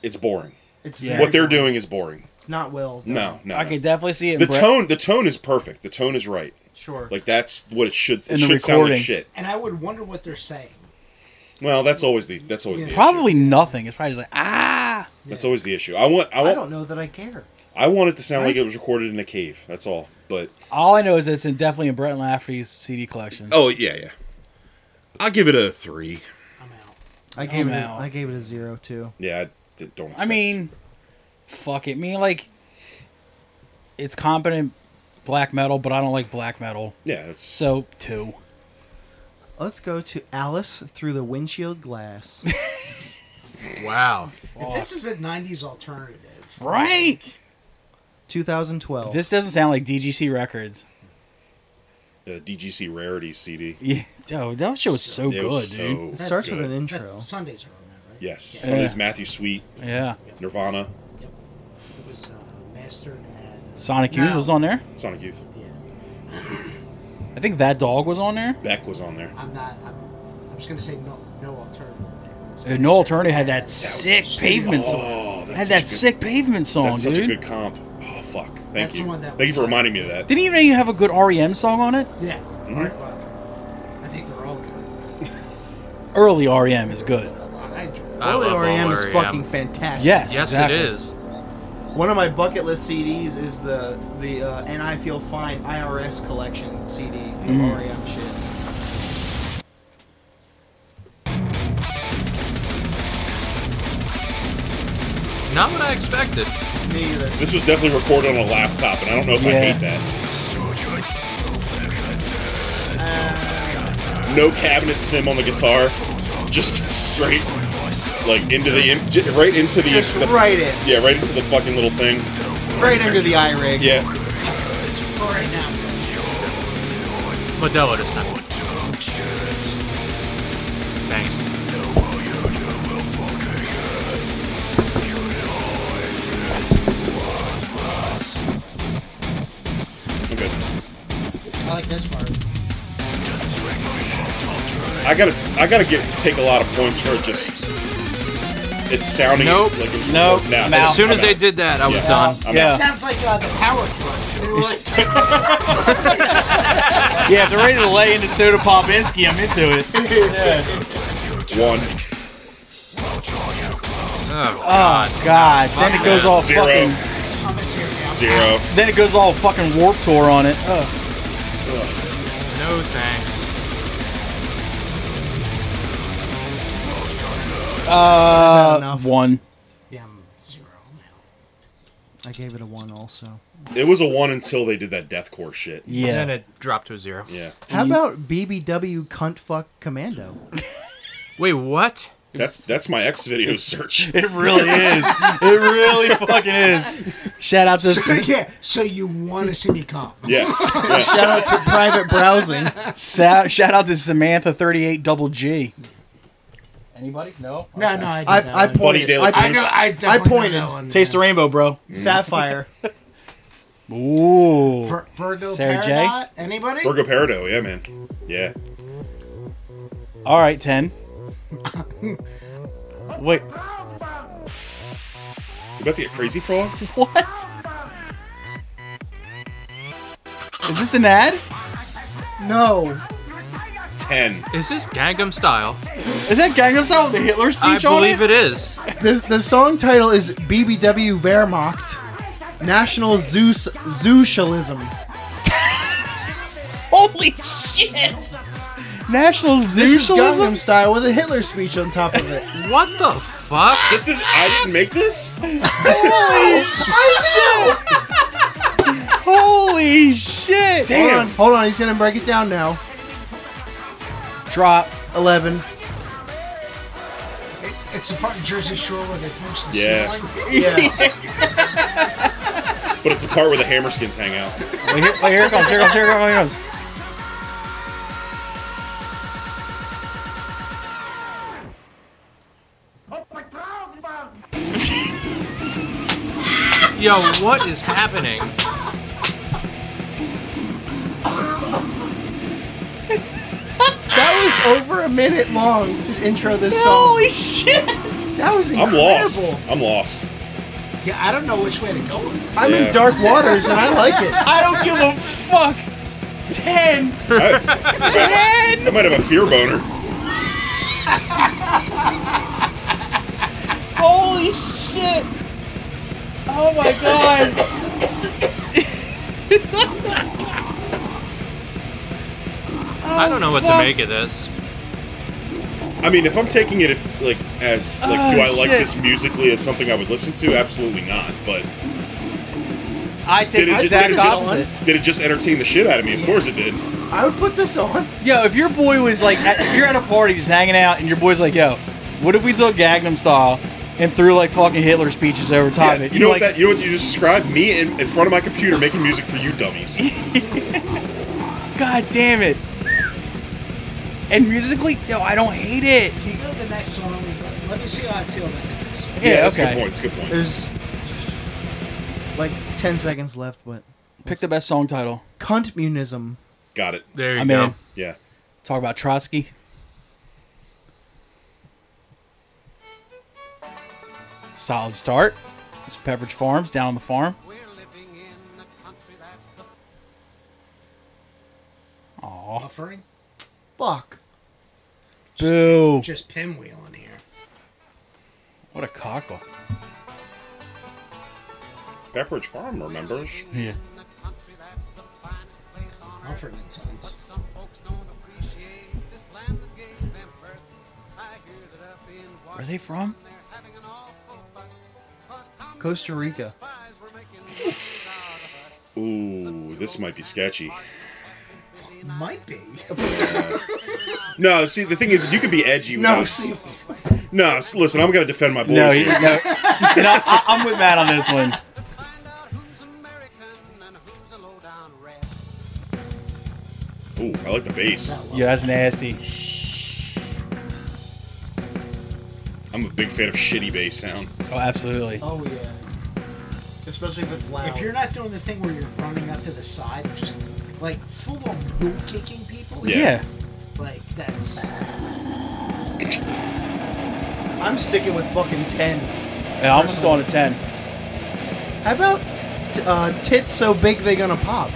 it's boring
It's
Yeah.
very,
what they're doing is boring
It's not well. done.
no no,
I
no.
can definitely see it.
the
in Brett.
tone the tone is perfect the tone is right
Sure.
like that's what it should it
And the
should sound like
recording.
shit
And I would wonder what they're saying.
well that's always the that's always the issue.
Probably nothing. It's probably just like ah.
that's always the issue i want i
I
want
don't know that I care.
I want it to sound like it was recorded in a cave. That's all. But
All I know is it's in definitely in Brett Lafferty's CD collection.
oh yeah, yeah. I'll give it a three.
I'm out.
Oh,
I gave it. A,
no.
I gave it a zero too.
Yeah, I d- don't.
I
expect-
mean, fuck it. Me like, it's competent black metal, but I don't like black metal.
yeah, it's
So two.
Let's go to Alice through the windshield glass.
Wow.
If this is a 90s alternative,
Right.
2012.
This doesn't sound like DGC Records.
the DGC Rarity CD.
Yeah, Yo, that show was so
It
Oh, good,
was
dude.
so
It starts with
good.
an intro.
that's Sundays are on that, right?
Yes,
Yeah.
from his Matthew Sweet,
Yeah,
Nirvana,
It was uh, mastered at.
Sonic Youth
No.
was on there.
Sonic Youth.
Yeah.
I think that dog was on there.
Beck was on there.
I'm not. I'm, I was going to say no, no alternative. It was
Uh, No
mastered
Alternative had
at-
that sick pavement song.
Oh, that's
Had
such a
that
good-
sick pavement song,
That's
dude.
such a good comp. Oh fuck! Thank
That's
you.
the one that
Thank you
was
for
on-
reminding me of that.
Didn't even you have a good REM song on it?
Yeah. Art Rock. I think they're all good.
Early REM is good.
I enjoy it.
I
Early
E
love
REM
all
is
REM.
fucking fantastic.
Yes,
Yes,
exactly.
it is.
One of my bucket list CDs is the the uh, and I feel fine IRS collection CD of
Mm-hmm.
REM E shit.
Not what I expected.
Me either.
This was definitely recorded on a laptop, and I don't know if I
Yeah.
hate that. No cabinet sim on the guitar, just straight like into the im- j- right into the,
Just
the-
right in,
yeah right into the fucking little thing.
right into the eye rig.
Yeah,
For right now.
Modelo this time. Thanks.
I'm good.
I like this part.
I gotta I gotta get take a lot of points for it just it's sounding
Nope.
like it was
Nope.
recorded. Nah,
I'm
that's-
out.
As soon as
I'm
they
out.
did that, I was
Yeah.
done.
I'm
yeah,
out.
Sounds like uh, the power plug. They were like,
yeah. If they're ready to lay into Soda Popinski, I'm into it.
one
Oh,
Oh
God.
God! Then it goes all
Zero.
Oh, fucking.
comments here now.
zero.
Then it goes all fucking warp tour on it. Ugh.
No thanks.
Uh,
enough.
Uh, one.
Yeah, I'm zero now.
I gave it a one also.
It was a one until they did that deathcore shit.
And
Yeah.
then it dropped to a zero.
Yeah,
How about BBW cunt fuck commando?
Wait, what?
that's that's my X video search.
It really is. It really fucking is. Shout out to
So, yeah, so you want to see me come.
Yeah. yeah.
Shout out to private browsing.
Sa- shout out to Samantha thirty eight double G. Anybody? No.
No, no, I did
I,
that
I
one.
Buddy
pointed.
Daly
I,
I know. I, definitely
I
know that
pointed.
one,
Taste the
yeah.
rainbow, bro.
Sapphire.
Ooh.
Vir- Virgo
Sarah J?
Paradot? Anybody?
Virgo Parado, yeah, man. Yeah.
All right, ten. Wait,
You about to get crazy frog?
what? Is this an ad?
No.
Ten.
Is this Gangnam Style?
Is that Gangnam Style with the Hitler
I
speech on
believe it is.
This, the song title is BBW Wehrmacht. National Zeus Socialism.
Holy shit! National
This is
Socialism.
Gangnam Style with a Hitler speech on top of it.
What the fuck?
This is I didn't make this?
Holy shit!
Hold on,
Damn.
hold on, he's gonna break it down now.
Drop.
Eleven.
It- It's the part in Jersey Shore where they punch the
Yeah.
ceiling.
Yeah.
But it's the part where the hammer skins hang out.
Wait, here, wait, here it comes. Here it comes. Here it comes. Here it comes.
Yo, what is happening?
that was over a minute long to intro this
Holy shit!
song. That was
I'm
incredible.
lost. I'm lost.
Yeah, I don't know which way to go with it.
I'm
Yeah.
in dark waters and I like it.
I don't give a fuck. Ten.
I might have a fear boner.
Holy shit! Oh my god!
I don't know what to
fuck.
make of this.
I mean, if I'm taking it if like as like
Oh,
do I like
shit.
this musically as something I would listen to? Absolutely not. But
I take
did
the
it, ju-
exact
did, it
opposite.
just, did it just entertain the shit out of me? Of course it did.
I would put this on.
Yo, if your boy was like, at, if you're at a party just hanging out, and your boy's like, "Yo, what if we took Gangnam Style and threw like fucking Hitler speeches over top
Yeah,
of it?"
you know
You're
what
like,
that you know what you just described? Me in, in front of my computer making music for you dummies.
God damn it! And musically, yo, I don't hate it.
Can you go to the next song? Let- Let me see how I feel about the next one.
Yeah,
that's
okay.
a good point. It's a good point.
There's like ten seconds left, but
Pick the best song title.
cuntmunism.
Got it.
There you
I'm
go.
in.
Yeah.
Talk about Trotsky. Solid start. It's Pepperidge Farms down on the farm. Aw.
Buffering?
Fuck.
Boo.
Just pinwheeling here.
What a cockle.
Pepperidge Farm remembers.
Yeah.
Mumford and Sons.
Where are they from?
Costa Rica.
Ooh, this might be sketchy.
Might be.
No, see, the thing is, is you can be edgy.
No,
without-
see,
no. s- Listen, I'm gonna defend my boys.
No, he,
here.
no, no I, I'm with Matt on this one.
Ooh, I like the bass.
Yeah, that's nasty.
I'm a big fan of shitty bass sound.
Oh, absolutely.
Oh yeah. Especially if it's loud.
If you're not doing the thing where you're running up to the side, and just like full on mule kicking people,
Yeah.
Yeah.
like that's
I'm sticking with fucking ten.
yeah I'm still on a 10.
How about t- uh, tits so big they gonna pop?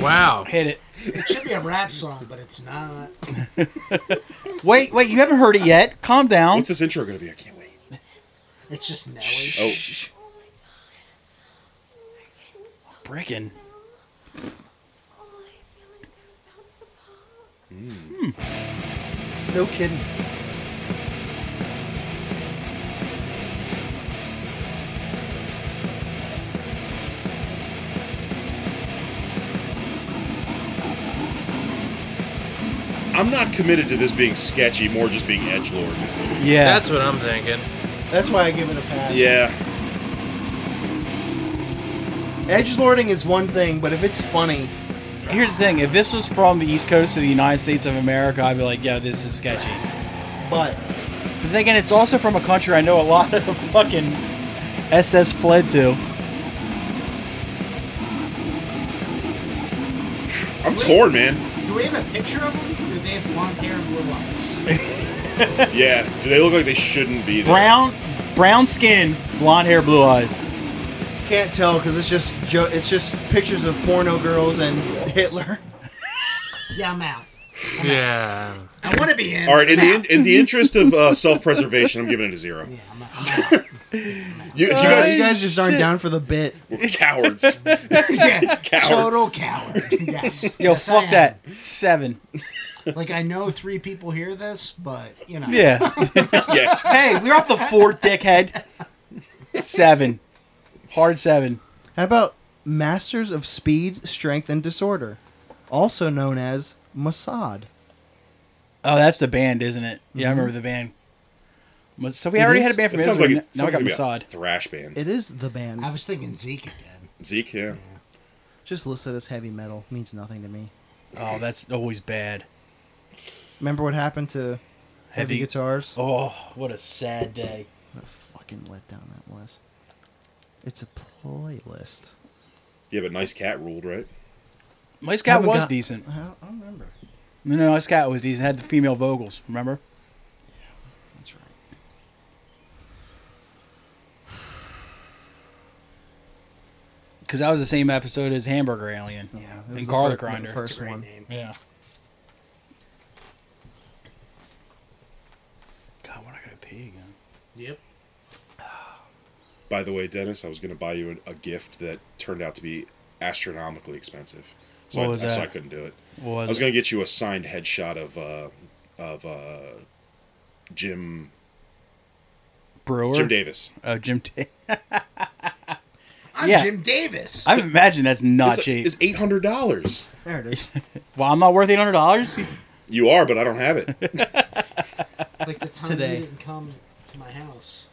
Wow.
Hit it.
it should be a rap song, but it's not.
Wait, wait, you haven't heard it yet. Calm down.
What's this intro gonna be? I can't wait.
It's just Nelly.
Oh,
Brickin'.
No kidding.
I'm not committed to this being sketchy, more just being edge lord.
Yeah.
That's what I'm thinking.
That's why I give it a pass.
Yeah.
Edge lording is one thing, but if it's funny,
Here's the thing: if this was from the East Coast of the United States of America, I'd be like, "Yo, this is sketchy."
but
But then again, it's also from a country I know a lot of fucking SS fled to.
I'm torn, man.
Do we have a picture of them? Do they have blonde hair and blue eyes?
Yeah. Do they look like they shouldn't be there?
Brown, brown skin, blonde hair, blue eyes.
Can't tell because it's just jo- it's just pictures of porno girls and Hitler.
Yeah, I'm out.
Yeah.
I want to be in.
All right. In the in, in the interest of uh, self-preservation, I'm giving it a zero.
Yeah, I'm out. I'm out.
You, you
You
Uh,
guys,
guys,
you guys just aren't down for the bit.
we're cowards.
Yeah,
Cowards.
total coward. Yes.
Yo,
Yes, I
fuck
am.
that. Seven.
Like I know three people hear this, but you know.
Yeah.
yeah.
hey, we're up to four, dickhead. Seven. Hard seven.
How about Masters of Speed, Strength, and Disorder, also known as Mossad?
Oh, that's the band, isn't it? Yeah, I remember the band. Mas- So we already
is?
had a band
It
from
sounds
Israel.
like
and
it,
now we
sounds
got
like it'd
Mossad.
be a thrash band.
It is the band.
I was thinking Zeke again.
Zeke. Yeah.
Just listed as heavy metal means nothing to me.
Oh, that's always bad.
Remember what happened to heavy,
Heavy-
guitars?
Oh, what a sad day.
What a fucking letdown that was. It's a playlist.
Yeah, but nice cat ruled, right?
My Scout
Haven't
was
got-
decent.
I don't, I don't remember.
No, no, Nice Scout was decent. Had the female vocals, remember?
That's right.
Because that was the same episode as Hamburger Alien.
Yeah,
And Garlic Grinder.
First
Great
one.
name.
Yeah. God, we're not going to pee again.
Yep.
By the way, Dennis, I was going to buy you a, a gift that turned out to be astronomically expensive. So,
What
I,
was
so
that?
I couldn't do it.
What was
I was
it?
going to get you a signed headshot of uh, of uh, Jim
Brewer?
Jim Davis.
Oh, Jim Davis.
I'm
Yeah.
Jim Davis.
I imagine that's not
It's,
cheap.
it's eight hundred dollars.
There it is.
well, I'm not worth $800?
You are, but I don't have it.
like the time
Today.
you didn't come to my house.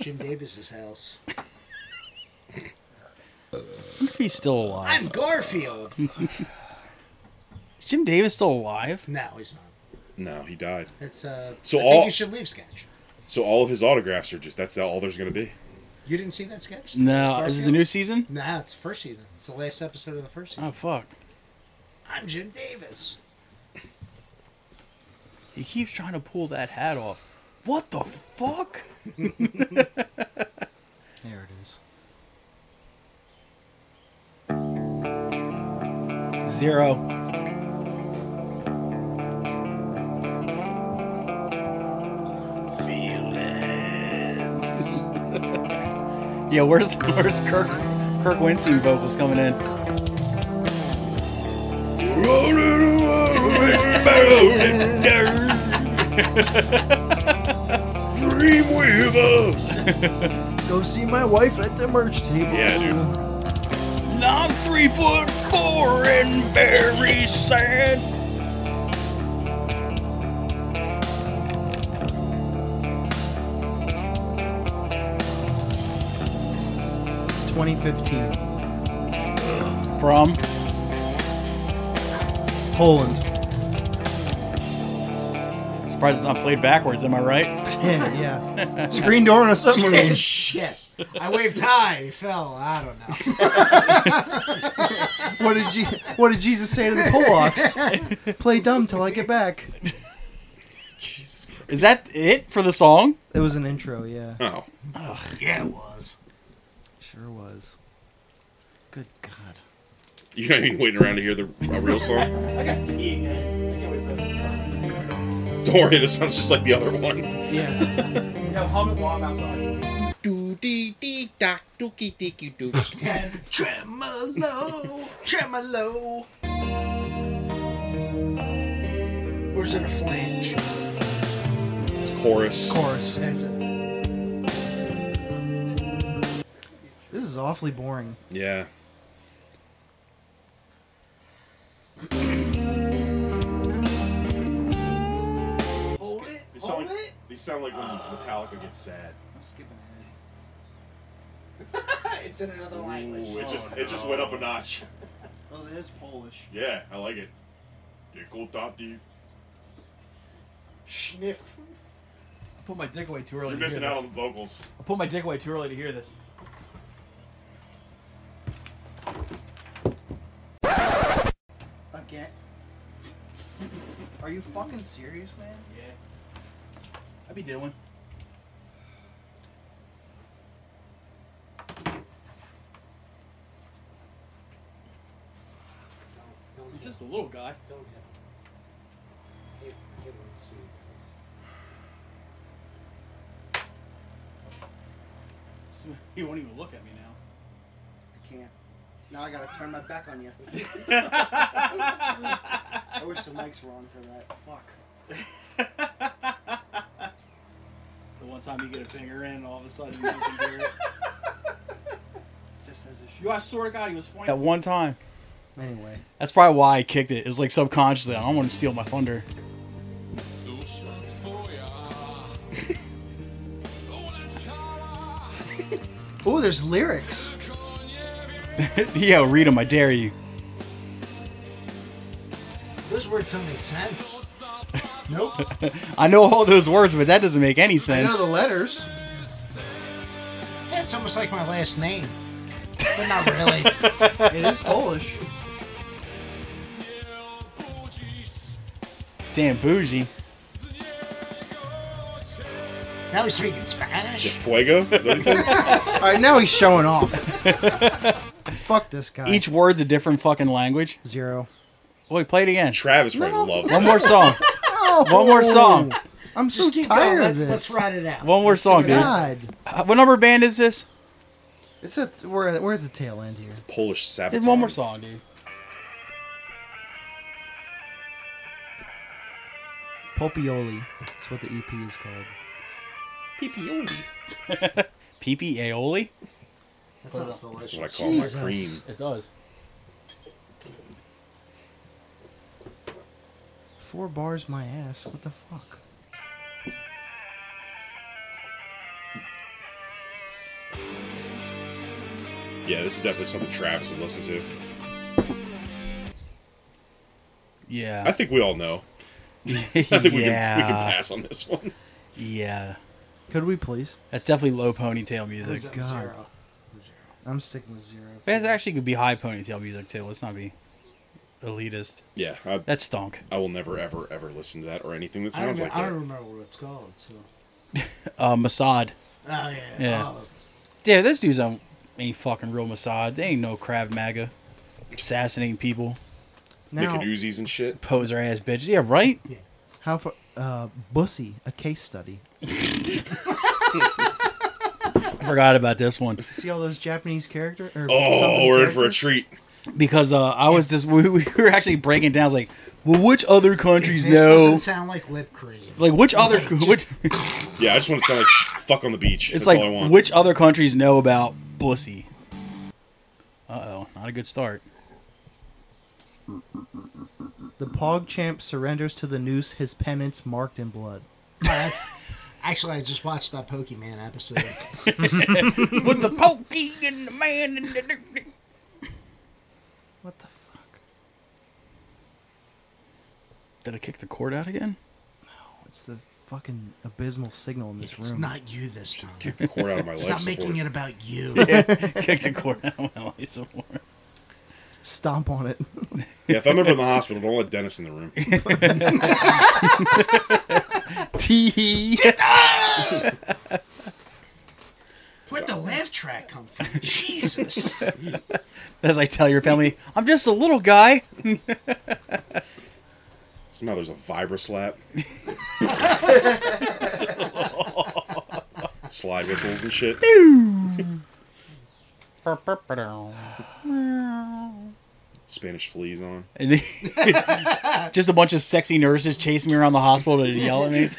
Jim Davis's house.
if he's still alive.
I'm Garfield.
Is Jim Davis still alive?
No, he's not.
no, he died.
That's uh.
So
I
all-
think you should leave sketch.
So all of his autographs are just that's all there's going to be.
You didn't see that sketch?
No. Is it the
Garfield?
new season?
No, it's the first season. It's the last episode of the first season.
Oh, fuck. Oh.
I'm Jim Davis.
He keeps trying to pull that hat off. What the fuck?
There it is.
Zero. Feelings. yeah, where's where's Kirk Kirk Winston vocals coming in?
Dreamweaver.
Go see my wife at the merch table.
Yeah, dude.
I'm three foot four and very sad.
dude. 2015.
From
Poland.
surprised it's not played backwards. Am I right?
yeah. Screen door on a submarine.
Yes. I waved high. He fell. I don't know.
what did Je- What did Jesus say to the Polacks? Play dumb till I get back.
Is that it for the song?
It was an intro. Yeah,
Oh,
yeah, it was.
sure was. Good God.
you're not even waiting around to hear the a real song. Don't worry, this sounds just like the other one.
Yeah.
Tremolo, tremolo. Or is it a flange?
It's chorus.
Chorus.
Is it?
This is awfully boring.
Yeah.
Hold it.
They
Hold
sound,
it.
like, they sound like when Metallica gets sad.
It's in another language.
Ooh, it just it just went up a notch.
Well, it is Polish.
Yeah, I like it. Tickle Dotty.
Sniff.
I put my dick away too early.
You're
to hear
missing out on
this.
the vocals.
I put my dick away too early to hear this.
Again? Are you fucking serious, man?
Yeah. I be doing.
Don't
I'm
hit.
just a little guy.
Don't hit. Hit, hit one, see you
He won't even look at me now.
I can't. Now I gotta turn my back on you. I wish the mics were on for that. Fuck.
The one time you get a finger in, all of a sudden you can hear it.
Just says this shit.
You, I swear to God, he was funny. That one time.
Anyway.
That's probably why I kicked it. It was like subconsciously. I don't want him to steal my thunder.
Oh, there's lyrics.
Yo, read him. I dare you.
guys. Those words don't make sense.
Nope.
I know all those words, but that doesn't make any
I
sense.
know the letters.
Yeah, it's almost like my last name. But not really.
It is Polish.
Damn bougie.
now he's speaking Spanish.
Fuego? Is that what he said?
All right, now he's showing off. Fuck this guy.
Each word's a different fucking language.
zero.
Wait, play it again.
Travis probably loves
One
it.
more song. One
Oh!
more song.
I'm so
Just keep
tired
going.
of
Let's,
this.
let's ride it out.
One more
Let's see
song,
what
dude.
happens.
God.
Uh, What number band is this?
It's at we're at, we're at the tail end here.
Polish savage.
There's one more song, dude.
Popioli. That's what the EP is called.
Pee Pee Aioli?
That sounds delicious.
That's what I call my cream.
It does.
Four bars, my ass. What the fuck?
Yeah, this is definitely something Travis would listen to. I
Yeah.
think we all know. I think we, can, we can pass on this one.
Yeah.
Could we please?
That's definitely low ponytail
That was
music.
up
God.
zero. Zero.
I'm sticking with zero.
But it actually could be high ponytail music too. Let's not be elitist.
Yeah, I,
That stunk.
I will never, ever, ever listen to that or anything that
I don't,
sounds
remember,
like
I don't
that.
remember what it's called. So.
Uh, Mossad.
Oh yeah.
Yeah.
Oh,
Yeah, this dude's on ain't fucking real Mossad. They ain't no crab maga. Assassinating people.
Now,
Making Uzis and shit.
Poser ass bitches. Yeah, right?
how far? Uh, Bussy, a case study.
I forgot about this one.
See all those Japanese character? Or
Oh,
something
we're in for a
characters?
treat.
Because uh, I was just, we, we were actually breaking down. I was like, well, which other countries
this
know?
doesn't sound like lip cream.
Like, which other, which,
Yeah, I just want to sound like fuck on the beach.
It's
That's all I
like
want.
which other countries know about pussy? Uh oh, not a good start.
The Pog Champ surrenders to the noose, his penance marked in blood.
Oh, that's- actually, I just watched that Pokemon episode.
With the pokey and the man and the
What the fuck?
Did I kick the cord out again?
What's the fucking abysmal signal in this
it's
room?
not you this time.
the cord out of my life.
Stop making
support.
it about you.
Kick the cord out while he's some more.
Stomp on it.
Yeah, if I'm ever in the hospital, don't let Dennis in the room.
Tee
Where'd the laugh track come from? Jesus.
As I tell your family, I'm just a little guy.
Somehow there's a vibra slap. Slide whistles and shit. Spanish fleas on.
And they- just a bunch of sexy nurses chasing me around the hospital to yell at me.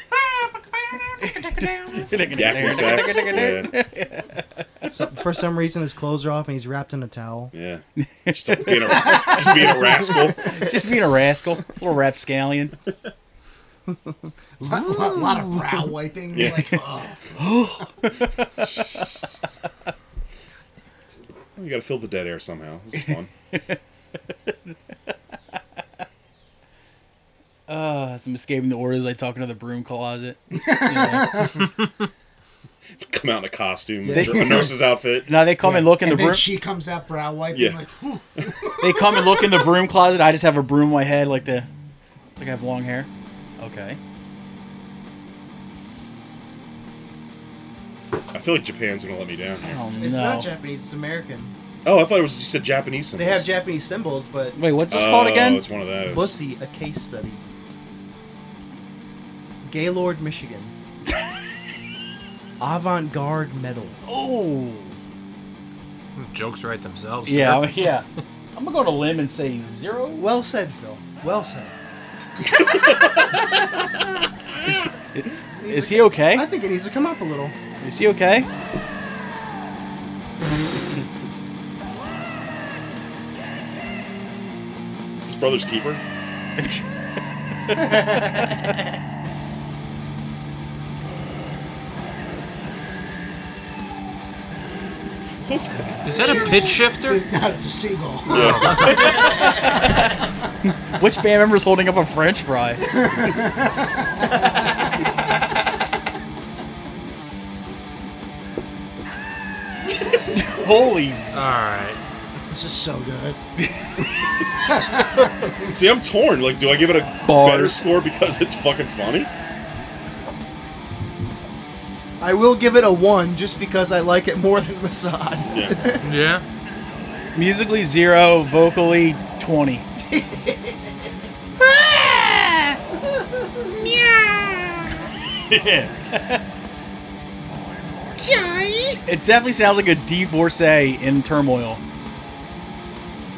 Yakky sax. Yeah.
So- for some reason, his clothes are off and he's wrapped in a towel.
Yeah. Just being a, just being a rascal.
Just being a rascal, little rapscallion.
a lot, lot of brow wiping. Like, oh,
You gotta fill the dead air somehow. This is fun.
Uh, I'm escaping the orders. I talk into the broom closet. You know.
Come out in a costume,
They-
a nurse's outfit.
now they come and look in the
and then
broom.
she comes out brow wiping
Yeah.
like, whew.
they come and look in the broom closet. I just have a broom on my head, like the, like I have long hair. Okay.
I feel like Japan's gonna let me down here.
Oh
It's
no.
not Japanese. It's American.
Oh, I thought it was you said Japanese.
They
Symbols.
have Japanese symbols, but
Wait, what's this
oh,
called again?
It's one of those.
Bussy, a case study. Gaylord, Michigan. Avant-garde metal.
Oh.
Jokes write themselves. sir.
Yeah, yeah. I'm gonna go on a limb and say zero.
Well said, Phil. Well said.
Is he okay?
I think it needs to come up a little.
Is he okay?
It's his brother's keeper.
Is that a pitch shifter?
It's not it's a seagull.
Which band member's holding up a French fry? Holy!
All right.
This is so good.
See, I'm torn. Like, do I give it a better
Bars.
score because it's fucking funny?
I will give it a one just because I like it more than Masad.
Yeah.
Yeah.
Musically zero, vocally twenty. It definitely sounds like a divorcee in turmoil.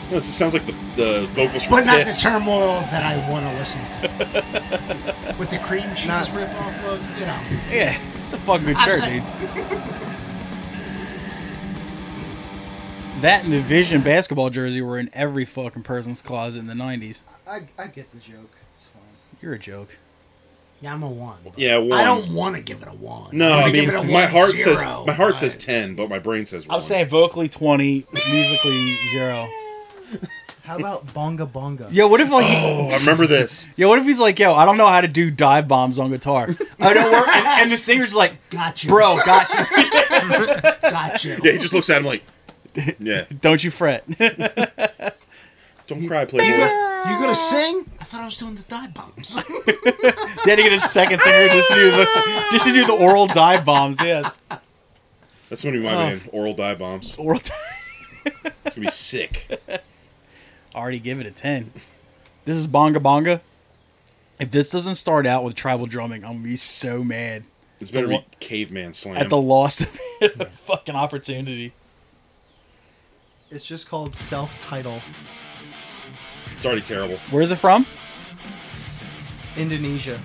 this sounds like the, the vocals from
But not the
Kiss.
turmoil that I want to listen to. With the cream cheese
Not-
ripoff look, you know.
Yeah, it's a fucking good shirt, dude. That and the Vision basketball jersey were in every fucking person's closet in the '90s.
I, I get the joke. It's fine.
You're a joke.
Yeah, I'm a one.
Yeah, one.
I don't want to give it a one.
No,
wanna
I mean
give it a
my
one
heart
zero,
says my heart
but-
says ten, but my brain says one.
I'm saying vocally 20, musically zero.
How about Bonga Bonga?
Yo, what if like,
Oh, I remember this.
yo, what if he's like, yo, I don't know how to do dive bombs on guitar. I don't work, and, and the singer's like,
Got you,
bro, gotcha.
Got you.
Yeah, he just looks at him like, yeah,
Don't you fret.
don't cry, Playboy.
You gonna sing? I thought I was doing the dive bombs.
Then to get a second singer just to do the just to do the oral dive bombs. Yes,
That's gonna be my
Oh.
man. Oral dive bombs.
oral.
It's gonna be sick.
already give it a 10. This is Bonga Bonga. If this doesn't start out with tribal drumming, I'm gonna be so mad
This better be
lo-
caveman slam.
at the loss of fucking opportunity.
It's just called self-title.
it's already terrible.
Where's it from?
Indonesia.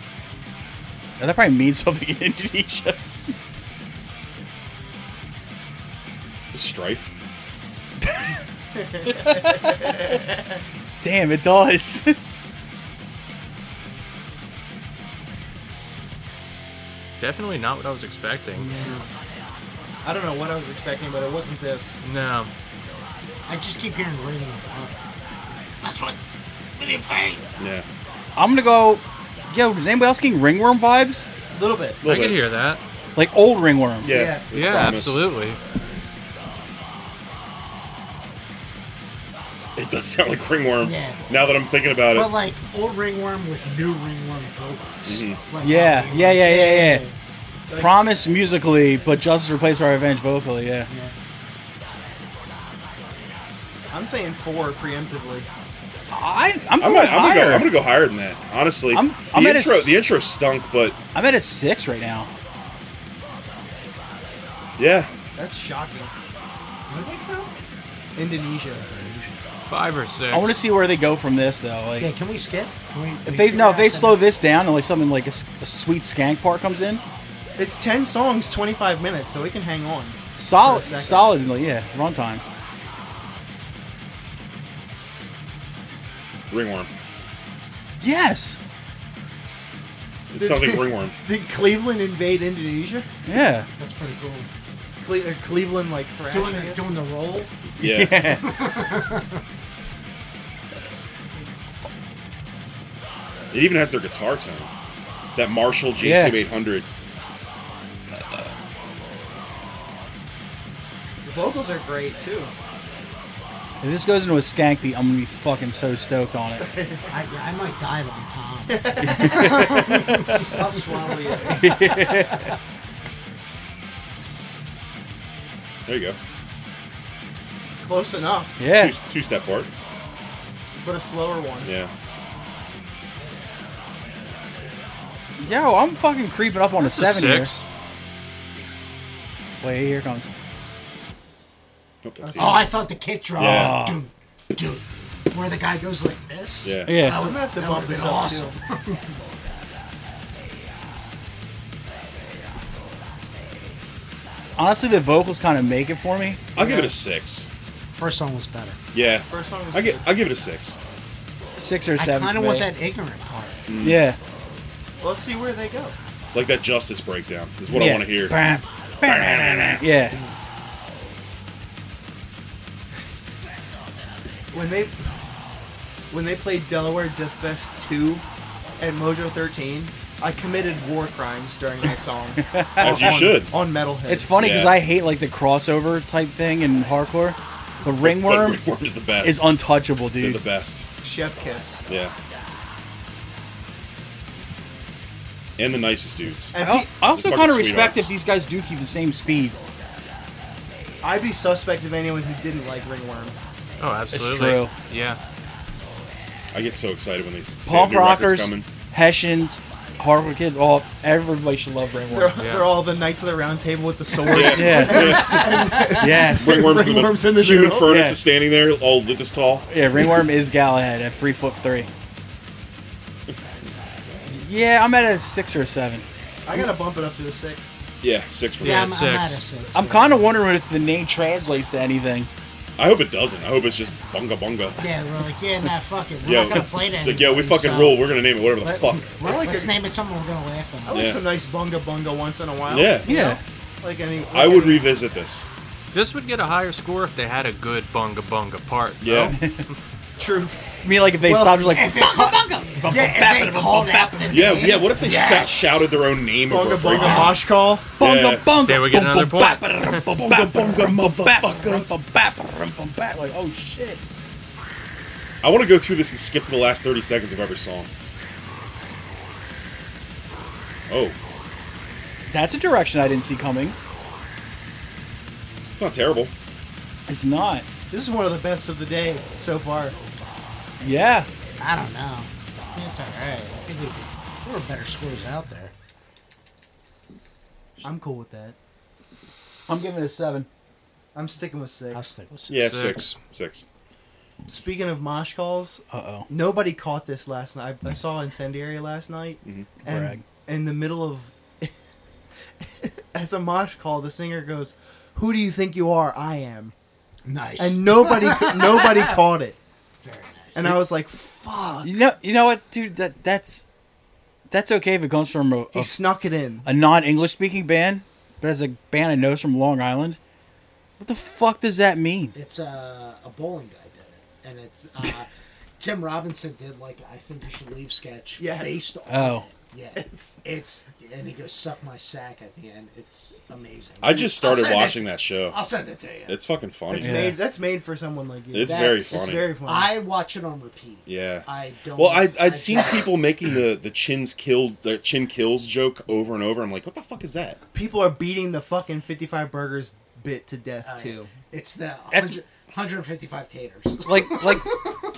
Oh, that probably means something in Indonesia.
It's a strife.
Damn, it does.
Definitely not what I was expecting.
I don't know what I was expecting, but it wasn't this.
No.
I just keep hearing radio. That's what. Video bang.
Yeah.
I'm gonna go. Yo, is anybody else getting ringworm vibes?
A little bit.
Little
I could
bit.
hear that.
Like old ringworm.
Yeah.
Yeah.
I
Yeah,
promise.
absolutely.
It does sound like ringworm.
Yeah.
Now that I'm thinking about
But
it,
like old ringworm with new ringworm vocals.
Mm-hmm.
Like,
Yeah,
how they-
yeah, yeah, yeah, yeah. Promise musically, but Justice replaced by Revenge vocally. Yeah.
I'm saying four preemptively.
I, I'm
I'm
going
gonna, I'm, gonna
higher.
go, I'm gonna go higher than that. Honestly,
I'm-
the
I'm at a
intro
s-
the intro stunk, but
I'm at a six right now.
yeah,
That's shocking. Indonesia.
Five or six.
I want to see where they go from this though.
Yeah,
Like
can we skip? Can we,
if they no, if they slow this down and like something like a, s- a sweet skank part comes in,
It's 10 songs, 25 minutes, so we can hang on.
solid,
For a second.
solid, like, yeah, runtime.
ringworm.
Yes,
It sounds like ringworm.
Did Cleveland invade Indonesia?
yeah.
That's pretty cool.
Cle- or Cleveland, like, fresh.
Doing
I
the,
guess?
doing the roll.
Yeah. It even has their guitar tone. That Marshall
Yeah.
JCM 800.
The vocals are great too.
If this goes into a skank beat, I'm gonna be fucking so stoked on it.
I, I might dive on Tom.
I'll swallow you.
There you go.
Close enough,
Yeah.
Two, two step part.
but a slower one.
Yeah.
Yo, I'm fucking creeping up on a
That's a
seven
six.
here. Wait, here it comes.
Nope, that's
Oh, I thought the kick drum.
Yeah.
Doom, doom, where the guy goes like this.
it. yeah.
Yeah.
That would
I'm gonna have to
that
bump
would've been
this up
awesome.
too.
Honestly, the vocals kind of make it for me.
I'll give it a six.
First song was better.
Yeah.
First song was
I get.
good.
I give it a six.
Six or
I
seven.
kind of
for
want
me.
that ignorant part.
Yeah.
Let's see where they go.
Like that justice breakdown is what I
Yeah.
want to hear.
Bam. Yeah.
When they when they played Delaware Deathfest 2 at Mojo 13, I committed war crimes during that song.
As you should.
On Metalhead.
It's funny because
Yeah.
I hate like the crossover type thing in hardcore. The ringworm
But ringworm is the best.
is untouchable,
They're
dude.
the best.
Chef Kiss.
Yeah. And the nicest dudes.
And
I
pe-
I also
Fucking
kind of respect
sweethearts.
if these guys do keep the same speed.
I'd be suspect of anyone who didn't like Ringworm.
Oh, absolutely.
true.
Yeah.
I get so excited when they say a
Punk
new record's
rockers,
coming.
Hessians, hardcore kids, all everybody should love ringworm.
They're,
Yeah.
they're all the Knights of the Round Table with the swords.
Yeah. yes.
Ringworm's,
Ringworm's in
in
the
the human
middle.
furnace
Yeah.
is standing there, all lit this tall.
Yeah, ringworm is Galahad at three foot three. Yeah, I'm at a six or a seven.
I gotta bump it up to a six.
Yeah, six for
Yeah,
I'm,
me.
I'm at a
six.
six.
I'm kind of wondering if the name translates to anything.
I hope it doesn't. I hope it's just bunga bunga.
Yeah, we're like, yeah, nah, fuck it. We're
Yeah,
not gonna play that.
It's like, yeah, we fucking rule. We're gonna name it whatever the
Let-
fuck.
I like
Let's
it.
name it something we're gonna laugh
I
at.
like
Yeah.
some nice bunga bunga once in a while.
Yeah.
Yeah.
Like any. Like
I would
any-
revisit this.
This would get a higher score if they had a good bunga bunga part.
Yeah.
though.
True.
I mean, like if they stopped, like
If they call, yeah, if they called out the
Yeah,
name,
yeah. What if they sou-
Yes.
shouted their own name over a
Bunga bunga
breakdown?
mosh call.
Yeah.
bunga bunga,
There we get another point.
Bunga
Bunga, bunga,
bunga, Like oh shit.
I want to go through this and skip to the last 30 seconds of every song. Oh,
That's a direction I didn't see coming.
it's not terrible.
It's not.
This is one of the best of the day so far.
Yeah.
I don't know. It's all right. I think we, there were better scores out there.
I'm cool with that.
I'm giving it a seven.
I'm sticking with six.
I'll stick with six.
Yeah,
Six.
six. Six.
Speaking of mosh calls,
Uh oh.
nobody caught this last night. I saw Incendiary last night,
Mm-hmm.
and
Brag.
in the middle of, as a mosh call, the singer goes, "Who do you think you are? I am,"
Nice.
and nobody nobody caught it.
Very nice.
And I was like, "Fuck!"
You know. You know what, dude? That that's that's okay if it comes from a,
He snuck it in.
a non-English speaking band, but as a band I know is from Long Island. What the fuck does that mean?
It's uh, a bowling guy did it, and it's uh, Tim Robinson did like I think you should leave sketch
Yes.
based on
Oh.
it. Yeah, it's, it's and he goes suck my sack at the end. It's amazing.
I just started
I'll send
watching
it-
that show.
I'll send it to you.
It's fucking funny.
It's
Yeah.
made that's made for someone like you.
It's
That-
very
That's-
it's
funny.
very funny.
I watch it on repeat.
yeah.
I don't.
well, I, I'd seen
just-
people making the, the chins killed the chin kills joke over and over. I'm like, what the fuck is that?
People are beating the fucking fifty five burgers bit to death
Oh,
too.
It's the
That's-
100, 155 taters.
Like like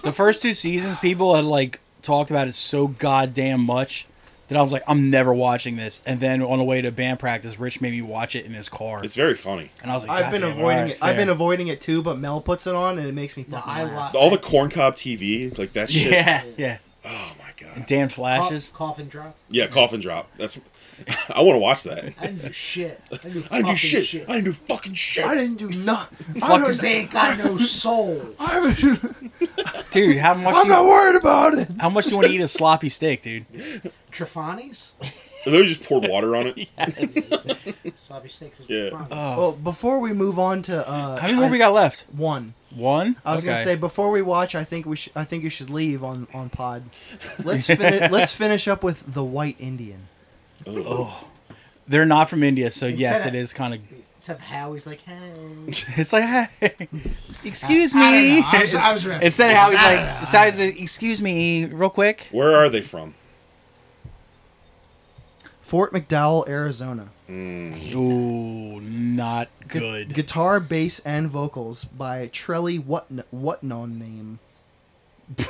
the first two seasons, people had like talked about it so goddamn much that I was like, I'm never watching this. And then on the way to band practice, Rich made me watch it in his car,
It's very funny.
and I was like,
I've been
"Goddamn,
avoiding
alright,
it. I've been
fair."
avoiding it too, but Mel puts it on and it makes me
No,
fucking
I
laugh.
watch
All the corn cob TV, like that shit.
Yeah, yeah.
Oh my god.
Damn flashes.
cough and drop.
Yeah, coffin drop. That's. I want to watch that.
I didn't do shit. I didn't do,
I didn't do
fucking
shit.
shit.
I didn't do fucking shit.
I didn't do nothing. I
Fuckers
don't,
ain't got no soul.
Dude, how much? do
I'm
you,
not worried about it.
How much do you want to eat a sloppy steak, dude?
Trefani's?
They just poured water on it.
Yes.
Sloppy steaks is
Yeah.
fun.
Oh.
Well, before we move on to uh,
How many more
I-
we got left?
One.
One.
I was gonna
Okay.
say before we watch, I think we should. I think you should leave on on pod. Let's finish. let's finish up with the White Indian.
they're not from India, so
It's
yes,
in
it
it.
is kind of.
Except Howie's like, hey.
It's like, hey, excuse
I don't
me.
know. I was, I was ready.
Instead of how he's
I
like,
don't know.
instead of he's like, excuse me, real quick.
Where are they from?
Fort McDowell, Arizona.
Ooh, not
Gu-
good.
guitar, bass, and vocals by Trelly What Whatnon name.
Did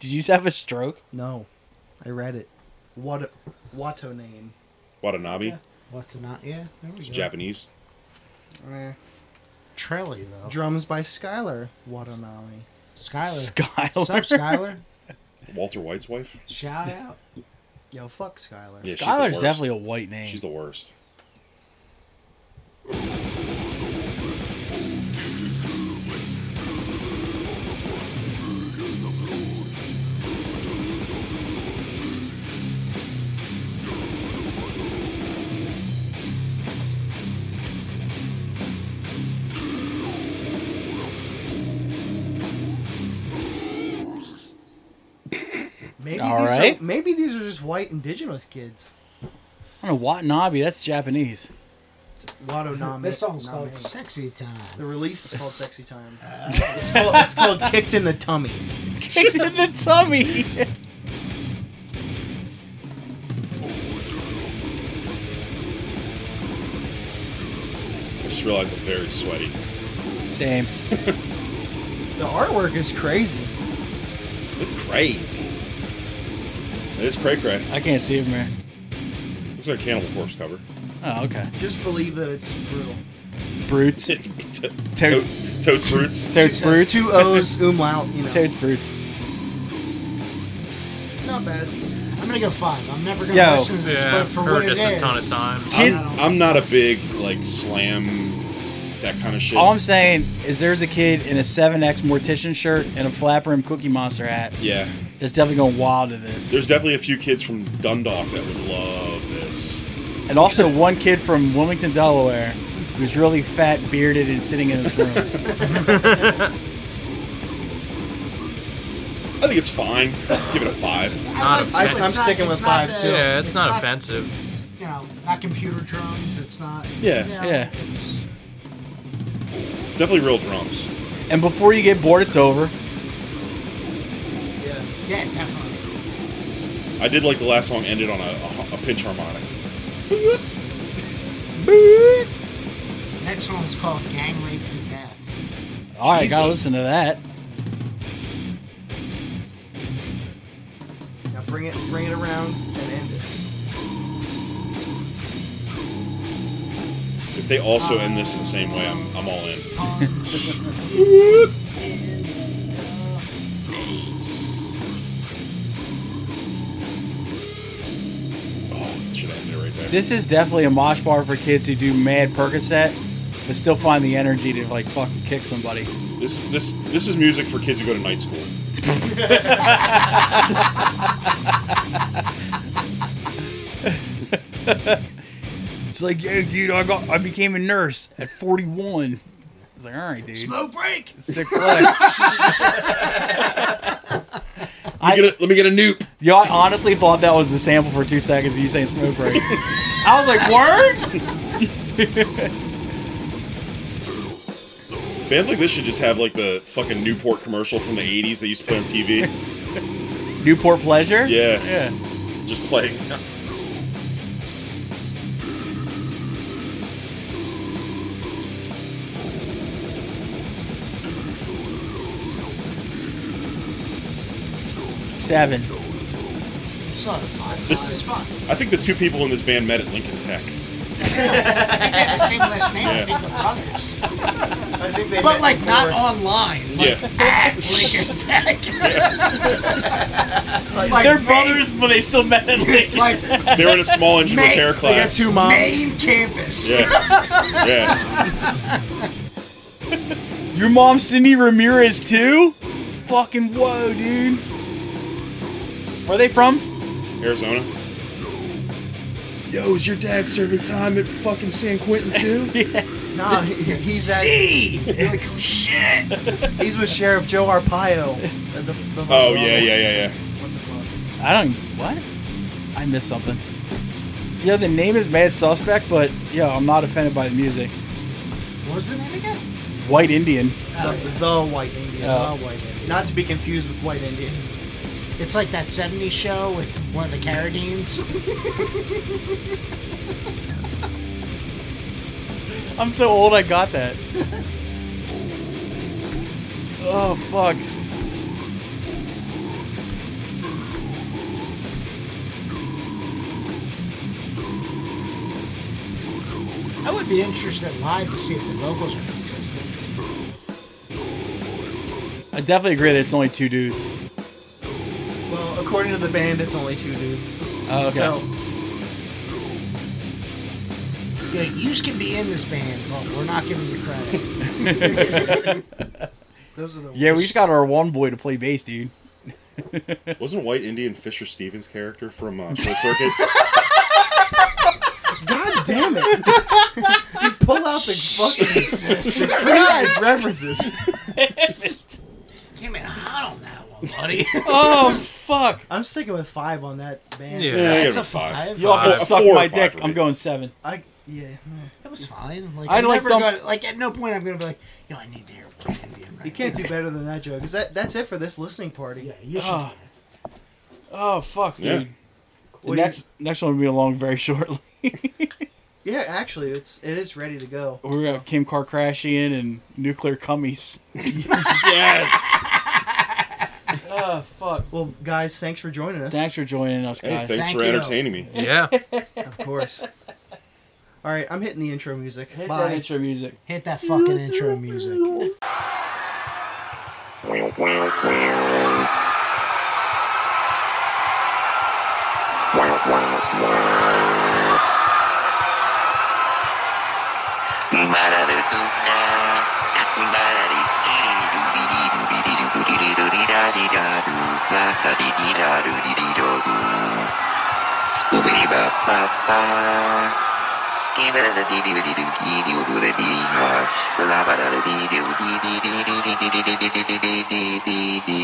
you just have a stroke?
No, I read it. What Watto name?
Watanabe.
Yeah. What to not? uh, Yeah. there we
It's
go.
Japanese.
Eh.
Trelly, though.
Drums by Skylar Watanami.
Skylar.
Skylar.
Sup, Skylar?
Walter White's wife.
Shout out.
Yo, fuck Skylar.
Yeah, she's the
Skylar's
worst.
definitely a white name.
She's the worst.
Maybe
All
these
right.
are, maybe these are just white indigenous kids.
I don't know Watanabe. That's Japanese.
Watonami.
This song's
Nami.
called Sexy Time.
The release is called Sexy Time. it's, called, it's called Kicked in the Tummy.
Kicked in the tummy.
I just realized I'm very sweaty.
Same.
The artwork is crazy.
It's crazy. It is cray cray.
I can't see him, man.
Looks like a Cannibal Corpse cover.
Oh, okay.
Just believe that it's brutal.
It's brutes.
It's to-
Toads.
toad- Toad's fruits.
Toad's brutes.
Two oh- O's, umlaut, you know.
Toad's brutes.
Not bad.
I'm gonna go five. I'm never gonna
Yo.
listen to this,
Yeah,
but
I've
for what
heard
it is,
this a ton of times.
Kid-
I'm, I'm not a big like slam, that kind of shit.
All I'm saying is there's a kid in a 7X mortician shirt and a flap rim cookie monster hat
yeah,
that's definitely going wild to this.
there's definitely a few kids from Dundalk that would love this.
And also one kid from Wilmington, Delaware, who's really fat, bearded, and sitting in his room.
I think it's fine. Give it a five.
Not
I like-
offensive.
it's
I'm sticking
it's
with
not
five,
the-
too.
Yeah, it's not offensive.
It's, you know, not computer drums. It's not.
Yeah.
you know,
Yeah.
It's,
Definitely real drums.
and before you get bored, it's over.
yeah, definitely.
I did like the last song ended on a, a, a pinch harmonic.
Next one's called Gang Rape to Death.
All right, gotta
Jesus.
listen to that.
Now bring it, bring it around and end it.
If they also end this in the same way, I'm, I'm all in. Oh,
Punch.
Oh, should I end it right there?
This is definitely a mosh bar for kids who do mad Percocet, but still find the energy to like fucking kick somebody.
This this this is music for kids who go to night school.
It's like, yeah, dude, I got, I became a nurse at 41. It's like, all right, dude.
Smoke break.
Sick flex.
Let me, get a, let me get a noop.
Yo, I honestly thought that was the sample for two seconds. of You saying smoke break? I was like, word.
Bands like this should just have like the fucking Newport commercial from the 80s they used to play on TV.
Newport Pleasure.
Yeah.
Yeah.
just playing.
Seven.
So fun.
This-
This is fun.
I think the two people in this band met at Lincoln Tech.
They have the same last name.
Yeah.
I think the brothers.
I think they
But like not online. Like
Yeah.
at Lincoln Tech. like,
They're
main-
brothers, but they still met in Lincoln.
Like
They were in a small engine
Mate,
repair
they
class.
main campus.
Yeah. Yeah.
Your mom, Cindy Ramirez, too. Fucking whoa, dude. Where are they from?
Arizona. Yo, is your dad serving time at fucking San Quentin too?
Nah, he- he's at,
You're like, oh, shit.
he's with Sheriff Joe Arpaio. The- the- the-
oh yeah, yeah, yeah, yeah.
What the fuck?
I don't. What? I missed something. Yeah, the name is Mad Suspect, but yo, I'm not offended by the music.
What was the name again?
White Indian.
The, the White Indian.
Yeah.
Oh, White Indian.
Not to be confused with White Indian.
It's like that 70s show with one of the Carradines.
I'm so old I got that. oh fuck.
I would be interested live to see if the vocals are consistent.
I definitely agree that it's only two dudes.
Well, according to the band, it's only two dudes.
Oh, okay.
So
Yeah, you can be in this band, but we're not giving you credit. Those are the
yeah, we
worst.
just got our one boy to play bass, dude.
Wasn't White Indian Fisher Stevens' character from uh, Short Circuit?
God damn it! you pull out the fucking
Jesus.
guys references.
Came in hot on that one, buddy.
Oh fuck.
I'm sticking with five on that band.
Yeah.
I gave
That's
it
a five.
Y'all
Five.
suck
Four or
my
five
dick.
for me.
I'm going seven.
I yeah. no.
That was fine. Like
I
I
like
never
them-
got, like at no point I'm gonna be like, yo, I need to hear White Indian right
You can't
now.
do better than that, Joe. Because that, that's it for this listening party.
Yeah, you should.
Ah. Oh fuck,
Yeah.
dude. The
What do you-
next next one will be along very shortly.
Yeah, actually, it's it is ready to go.
We're uh, Kim Kardashian and nuclear cummies.
yes.
Oh fuck.
Well, guys, thanks for joining us.
Thanks for joining us,
Hey,
guys.
thanks
Thank
for
you.
entertaining me.
Yeah.
Of course. All right, I'm hitting the intro music.
Hit that
Bye.
intro music.
Hit that fucking intro music.
Bye.